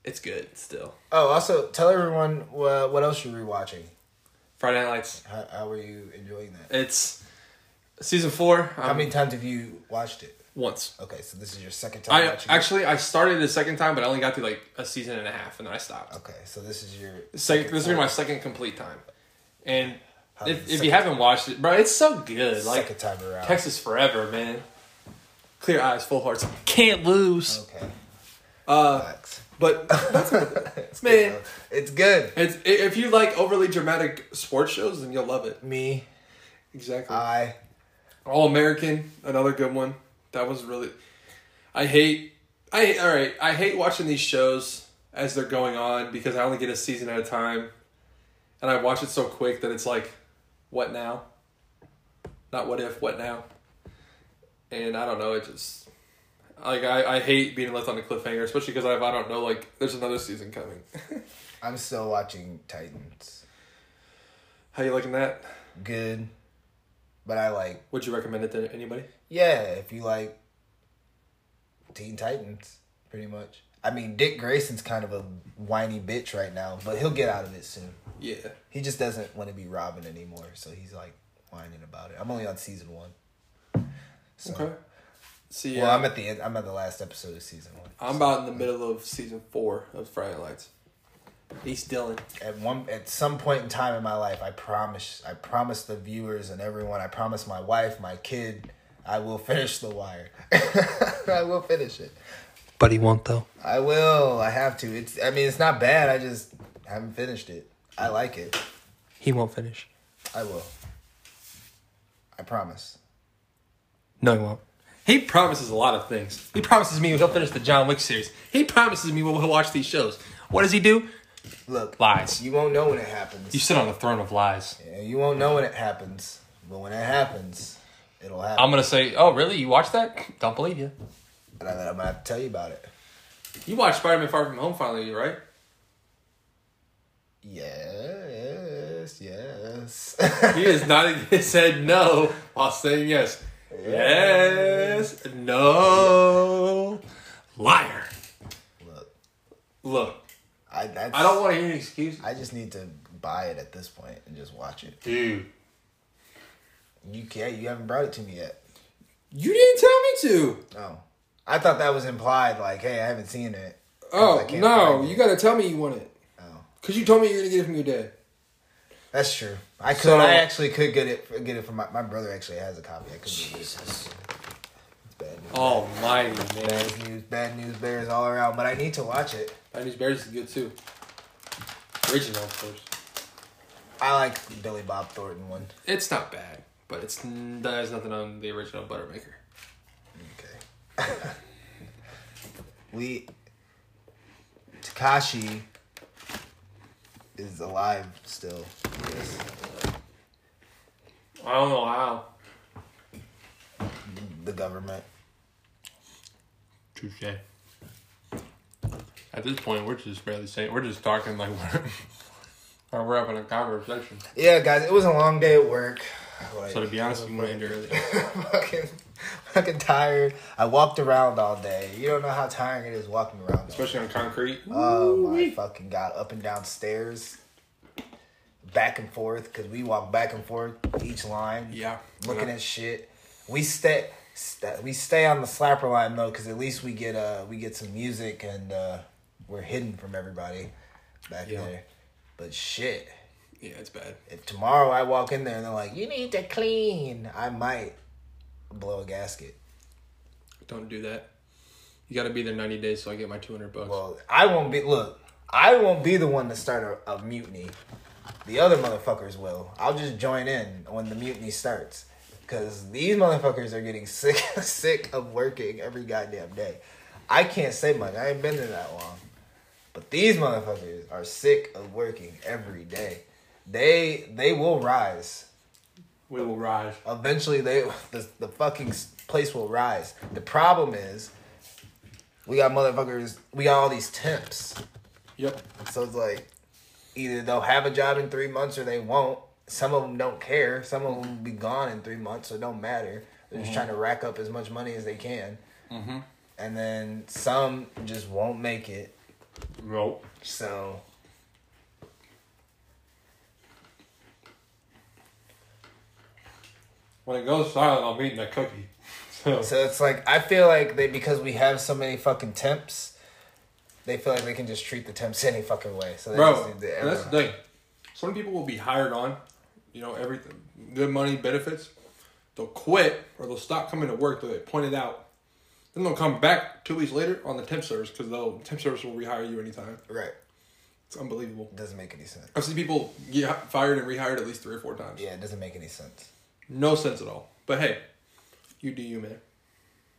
E: it's good still.
D: Oh, also tell everyone uh, what else you're rewatching.
E: Friday Night Lights.
D: How, how are you enjoying that?
E: It's season four.
D: How
E: um,
D: many times have you watched it?
E: once.
D: Okay, so this is your second time.
E: I
D: watching it?
E: actually I started the second time, but I only got through like a season and a half, and then I stopped.
D: Okay, so this is your.
E: Sec- this will be
D: time-
E: my second complete time, and
D: How
E: if,
D: did the
E: if you
D: second-
E: haven't watched it, bro, it's so good. Like
D: second time around.
E: Texas Forever, man. Clear eyes, full hearts. Can't lose.
D: Okay.
E: Uh,
D: Relax. (laughs)
E: but that's man.
D: It's good.
E: It's, i- if you like overly dramatic sports shows, then you'll love it.
D: Me,
E: Exactly.
D: I.
E: All American, another good one. That was really. I hate. I all right. I hate watching these shows as they're going on because I only get a season at a time, and I watch it so quick that it's like, what now? Not what if, what now? And I don't know. It just like I, I hate being left on a cliffhanger, especially because I I don't know like there's another season coming. (laughs)
D: I'm still watching Titans.
E: How you liking that?
D: Good, but I like
E: Would you recommend it to anybody?
D: yeah. If you like Teen Titans, pretty much. I mean, Dick Grayson's kind of a whiny bitch right now, but he'll get out of it soon.
E: Yeah.
D: He just doesn't want to be Robin anymore, so he's like whining about it. I'm only on season one. So,
E: Okay. See,
D: Well,
E: uh,
D: I'm at the end. I'm at the last episode of season one.
E: I'm about in the middle of season four of Friday Night Lights. East Dillon.
D: at one at some point in time in my life i promise i promise the viewers and everyone i promise (laughs) my wife my kid i will finish the wire i will finish it
F: But he won't though.
D: I will. I have to. It's. I mean, it's not bad. I just haven't finished it. I like it.
F: He won't finish.
D: I will. I promise.
F: No, he won't.
E: He promises a lot of things. He promises me he'll finish the John Wick series. He promises me we'll watch these shows. What does he do?
D: Look,
E: Lies.
D: you won't know when it happens.
E: You sit on a throne of lies.
D: Yeah, you won't know when it happens, but when it happens, it'll happen.
E: I'm gonna say, oh really? You watched that? Don't believe you.
D: and I, I'm gonna have to tell you about it.
F: You watched Spider Man Far From Home finally, right?
D: Yes, yes.
F: He is nodding
E: (laughs)
F: his head no while saying yes. Yes. No. Liar.
D: (laughs) Look,
F: Look,
D: I that's,
F: I don't want to hear any excuses.
D: I just need to buy it at this point and just watch it.
F: Dude.
D: You can't. You haven't brought it to me yet.
F: You didn't tell me to.
D: No, I thought that was implied. Like, hey, I haven't seen it. I
F: Oh,
D: can't
F: no.
D: find it.
F: You got to tell me you want it.
D: Oh,
F: Because you told me you're going to get it from your dad.
D: that's true. I could.
F: So-
D: I actually could get it. Get it from my, my brother. Actually, has a copy. I could. Jesus. It's bad news.
F: Almighty, Oh, man.
D: Bad news. Bad news bears all around. But I need to watch it.
F: Chinese berries is good too. Original, of course.
D: I like the Billy Bob Thornton one.
E: It's not bad, but it's there's nothing on the original Buttermaker.
D: Okay. (laughs) we Takashi is alive still. Yes.
F: I don't know how.
D: The government.
E: Touche. At this point, we're just barely saying. We're just talking like we're, (laughs) or we're having a conversation.
D: Yeah, guys, it was a long day at work. Like,
E: So to be honest, we want to end early.
D: (laughs) fucking, fucking tired. I walked around all day. You don't know how tiring it is walking around. all
E: especially on concrete.
D: Oh my fucking god! Up and down stairs, back and forth because we walk back and forth each line.
E: Yeah.
D: looking
E: Yeah.
D: at shit. We stay, st- we stay on the slapper line though because at least we get uh we get some music and uh we're hidden from everybody back
E: Yeah.
D: there. But shit,
E: Yeah, it's bad.
D: if tomorrow I walk in there and they're like, "You need to clean," I might blow a gasket.
E: Don't do that. You got to be there ninety days so I get my two hundred bucks.
D: Well, I won't be. Look, I won't be the one to start a, a mutiny. The other motherfuckers will. I'll just join in when the mutiny starts. Cause these motherfuckers are getting (laughs) sick, sick of working every goddamn day. I can't say much. I ain't been there that long. But these motherfuckers are sick of working every day. They they will rise.
F: We will rise.
D: Eventually, they (laughs) the, the fucking s- place will rise. The problem is, we got motherfuckers. We got all these temps.
F: Yep.
D: So it's like either they'll have a job in three months or they won't. Some of them don't care. Some of them will be gone in three months, so it don't matter. They're
F: Mm-hmm.
D: just trying to rack up as much money as they can. And then some just won't make it.
E: Nope.
D: So
F: When it goes silent, I'm eating a cookie. (laughs) So
D: so it's like I feel like they because we have so many fucking temps, they feel like they can just treat the temps (laughs) any fucking way. So they just
F: Bro,
D: need
F: and
D: to- uh,
F: that's the thing. Some people will be hired on, you know, everything, good money, benefits. They'll quit or they'll stop coming to work. They'll get pointed out. Then they'll come back two weeks later on the temp service because they'll temp service will rehire you anytime.
D: right.
F: It's unbelievable.
D: Doesn't make any sense.
F: I've seen people get fired and rehired at least three or four times.
D: Yeah, it doesn't make any sense.
F: No sense at all. But hey, you do you, man.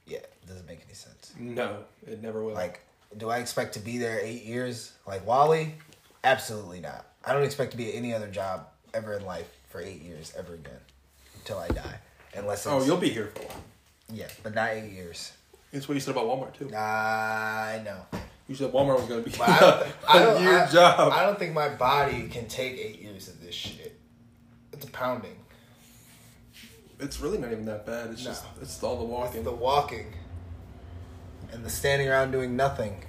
D: Yeah, it doesn't make any sense.
F: No, it never will.
D: Like, do I expect to be there eight years like Wally? Absolutely not. I don't expect to be at any other job ever in life for eight years ever again until I die. Unless it's,
F: oh, you'll be here for a while.
D: yeah, but not eight years.
F: That's what you said about Walmart too.
D: I
F: (laughs)
D: know.
F: You said Walmart was
D: (laughs)
F: gonna be
D: But I don't, I
F: a
D: don't,
F: year
D: I-
F: job.
D: I don't think my body can take eight years of this shit. It's a pounding.
F: it's really not even that bad. It's
D: No.
F: just it's all the walking.
D: The walking and the standing around doing nothing.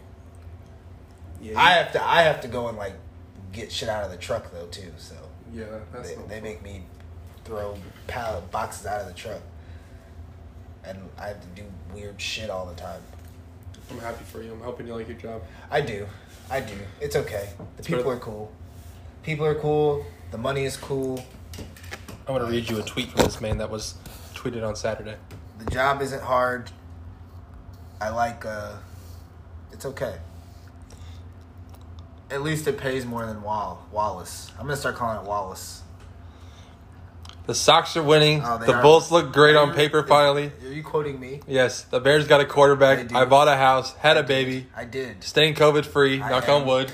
F: yeah,
D: I have to. I have to go and like get shit out of the truck though too. So.
F: yeah, that's
D: They,
F: not
D: they
F: fun.
D: make me throw pallet boxes out of the truck, and I have to do weird shit all the time.
F: I'm happy for you. I'm hoping you like your job.
D: I do, I do. It's okay. The people
F: better-
D: are cool. People are cool. The money is cool.
E: I want to read you a tweet from this man that was tweeted on Saturday.
D: The job isn't hard. I like uh, It's okay. At least it pays more than Wall Wallace. I'm gonna start calling it Wallace.
E: The Sox are winning.
D: Oh, they
E: the
D: are.
E: Bulls look great on paper finally.
D: Are you quoting me?
E: Yes, the Bears got a
D: They
E: quarterback.
D: do.
E: I bought a house, had a baby,
D: I did.
E: staying COVID free,
D: I
E: knock
D: am.
E: on wood.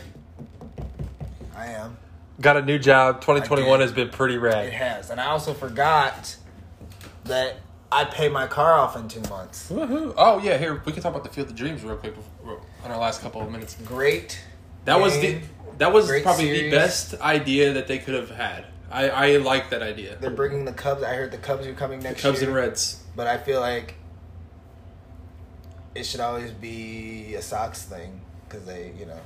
D: I am.
E: Got a new job. 2021
D: I
E: has been pretty
D: It
E: rad.
D: has, and I also forgot that I pay my car off in two months.
E: Woohoo. Oh, yeah, here, we can talk about the Field of Dreams real quick before, on our last couple of minutes.
D: Great.
E: That was the
D: game.
E: that was
D: Great
E: probably the
D: series.
E: best idea that they could have had. I, I like that idea.
D: They're bringing the Cubs. I heard the Cubs are coming
E: The
D: next
E: Cubs
D: year,
E: and Reds.
D: but I feel like it should always be a Sox thing because they, you know,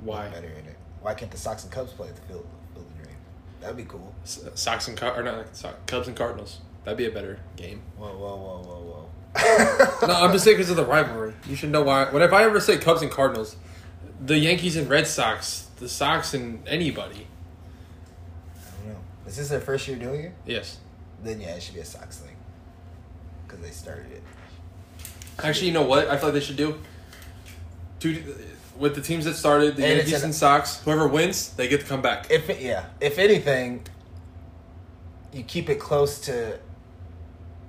E: Why?
D: better in it. Why can't the Sox and Cubs play at the field? Field of Dreams? That'd be cool.
E: S- uh, Sox and Car- or not Sox, Cubs and Cardinals. That'd be a better game.
D: Whoa, whoa, whoa, whoa,
E: (laughs) No, I'm just saying because of the rivalry. You should know why. When if I ever say Cubs and Cardinals, the Yankees and Red Sox, the Sox and anybody.
D: whoa. I don't know. Is this their first year doing it?
E: Yes.
D: Then yeah, it should be a Sox thing because they started it.
E: Actually, you know what? I feel like they should do. Dude, with the teams that started, the
D: And it's
E: Yankees
D: an-
E: and Sox, whoever wins, they get to come back.
D: If it, yeah, if anything, you keep it close to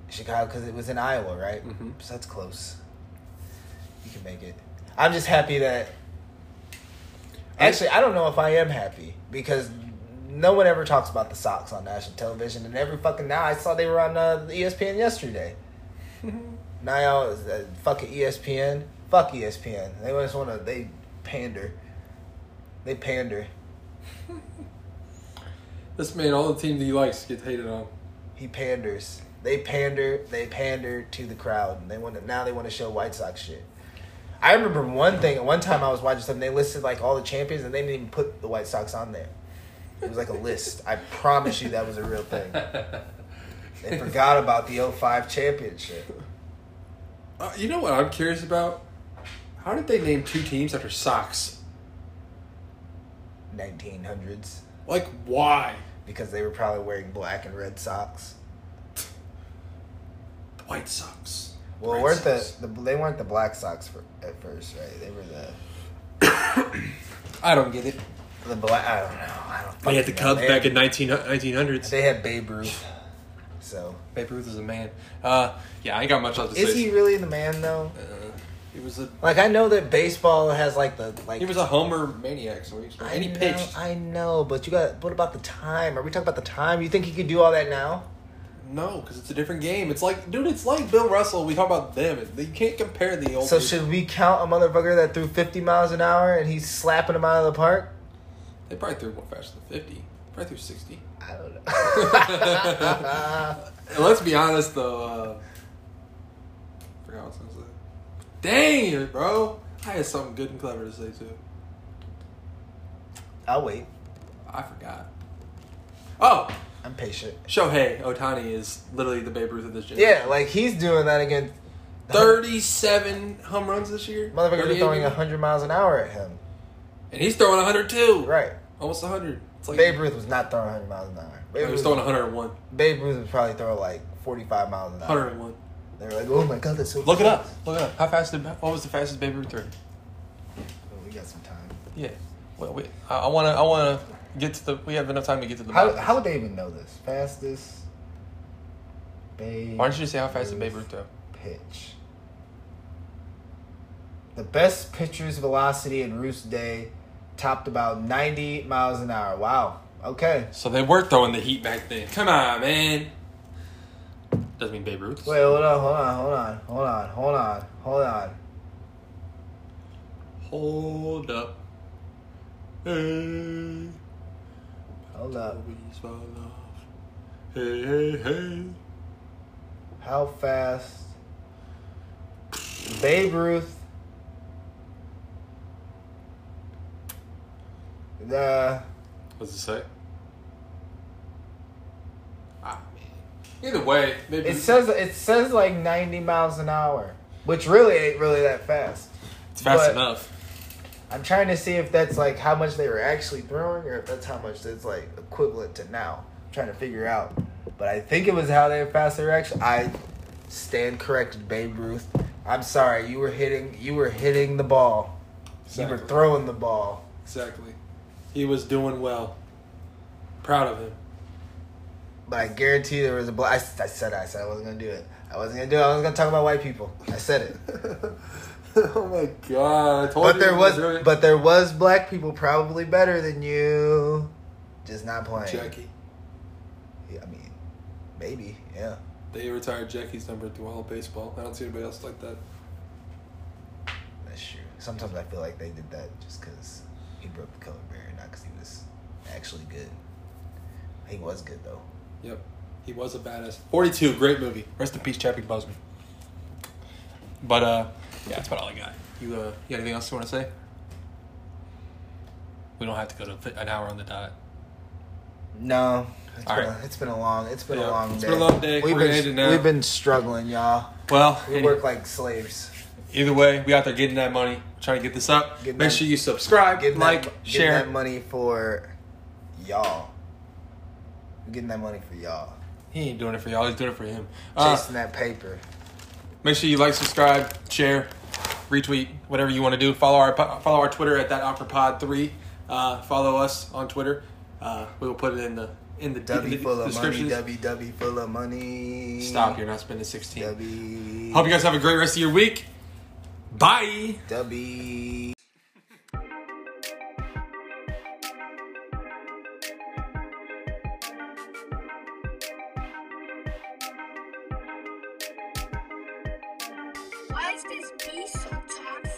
D: Chicago because it was in Iowa, right?
E: Mhm.
D: So that's close. You can make it. I'm just happy that. Actually, I don't know if I am happy because no one ever talks about the Sox on national television, and every fucking now I saw they were on uh, ESPN yesterday. now y'all is uh, fucking ESPN. Fuck E ESPN. They just want to. They pander. They pander.
E: This man, all the teams he likes get hated on.
D: he panders. They pander. They pander to the crowd. And they want to, now. They want to show White Sox shit. I remember one thing. One time I was watching something. They listed like all the champions, and they didn't even put the White Sox on there. It was like a list. I promise you that was a real thing. They forgot about the 05 championship.
E: Uh, you know what I'm curious about? How did they name two teams after Sox?
D: 1900s
E: Like, why?
D: because they were probably wearing black and red socks.
E: The White Sox.
D: Well,
E: Red
D: weren't the,
E: Sox.
D: the they weren't the black socks for, at first, right? They were the
E: I don't get it.
D: the black. I don't know. I don't.
E: They had the
D: fucking know.
E: Cubs
D: They
E: back
D: had-
E: in 19, 1900s.
D: They had Babe Ruth. So
E: Babe Ruth is a man. Uh, yeah, I ain't got much else to
D: is
E: say.
D: he really the man though?
E: He was a
D: Like I know that baseball has like the like.
E: he was a homer maniac. So he
D: I
E: and he
D: know-
E: pitched.
D: I know, but you got. What about the time? Are we talking about the time? You think he could do all that now?
E: No, because it's a different game. It's like, dude, it's like Bill Russell. We talk about them. You can't compare the old.
D: So should we count a motherfucker that threw fifty miles an hour and he's slapping him out of the park?
E: they probably threw more faster than fifty. Probably threw sixty.
D: I don't
E: (laughs)
D: know.
E: And let's be honest though. Uh, forgot what I was gonna say. Dang it, bro! I had something good and clever to say too.
D: I'll wait.
E: I forgot. Oh,
D: I'm patient.
E: Shohei Otani is literally the Babe Ruth of this generation.
D: Yeah, like he's doing that again.
E: Thirty-seven home runs this year.
D: Motherfuckers are
E: 38
D: throwing
E: maybe?
D: hundred miles an hour at him.
E: and he's throwing hundred too.
D: Right.
E: almost hundred. It's like
D: Babe Ruth was not throwing hundred miles an hour.
E: He
D: Babe
E: was
D: Ruth,
E: throwing 101.
D: Babe Ruth would probably throw like forty-five miles an hour.
E: 101.
D: They're like, oh my god, that's so.
E: Look it up. Look it up. How fast did? What was the fastest Babe Ruth threw?
D: Oh, we got some time.
E: Yeah. Wait, wait. I- I want to. I want to get to the. We have enough time to get to the.
D: How,
E: bottom.
D: how would they even know this? Fastest. Babe
E: Why don't you just say how fast did Babe Ruth throw?
D: pitch? The best pitcher's velocity in Roos Day topped about 90 miles an hour. Wow. Okay.
E: So they were throwing the heat back then. Come on, man. Doesn't mean Babe Ruth.
D: Wait, hold on, hold on, hold on, hold on, hold on, hold on.
E: Hold up. Hey.
D: Hold up.
E: always my love. Hey, hey, hey.
D: How fast Babe Ruth the
E: What's it say? Ah, man. Either way, maybe
D: It says it says like 90 miles an hour, which really ain't really that fast.
E: it's fast
D: but-
E: enough.
D: I'm trying to see if that's like how much they were actually throwing, or if that's how much that's like equivalent to now. I'm trying to figure out, but I think it was how they fast they were actually. I stand corrected. Babe Ruth I'm sorry, you were hitting you were hitting the ball. You were
F: Exactly.
D: throwing the ball.
F: Exactly. He was doing well. Proud of him.
D: But I guarantee there was a black. I, s- I said it, I said I wasn't gonna do it. I wasn't gonna do it. I was gonna talk about white people. I said
F: (laughs)
D: it. (laughs)
F: oh my god! I told
D: But
F: you
D: there
F: he
D: was
F: doing it.
D: but there was black people probably better than you. Just not playing.
F: Jackie.
D: Yeah, I mean, maybe. Yeah.
F: They retired Jackie's number through all of baseball. I don't see anybody else like that.
D: That's true. Sometimes I feel like they did that just because he broke the color barrier, not because he was actually good. He was good though.
F: Yep. He was a badass. 42, great movie. Rest in peace, Chadwick Boseman.
E: But uh, yeah, that's about all I got. You uh, you got anything else you want to say? We don't have to go to fi- an hour on the dot.
D: No, it's
E: All
D: been,
E: right.
D: a, it's been a long it's been
F: Yeah,
D: a long
F: it's
D: day.
F: been a long day.
D: We've
F: We're gonna end it
D: been
F: now.
D: we've been struggling, y'all.
E: Well,
D: We
E: any-
D: work like slaves.
E: either way, we out there getting that money, trying to get this up.
D: Getting
E: Make
D: that-
E: sure you subscribe,
D: Getting
E: like,
D: that, getting
E: share.
D: that money for y'all. We're getting that money for y'all.
E: He ain't doing it for y'all. He's doing it for him. Uh,
D: Chasing that paper.
E: Make sure you like, subscribe, share, retweet, whatever you want to do. Follow our po- follow our Twitter at that Opera Pod three. Uh, follow us on Twitter. Uh, we will put it in the in the, in the
D: W full of money.
E: descriptions.
D: W W full of money.
E: Stop! You're not spending sixteen.
D: W
E: Hope you guys have a great rest of your week. Bye.
D: W.
A: Why is this bee so toxic?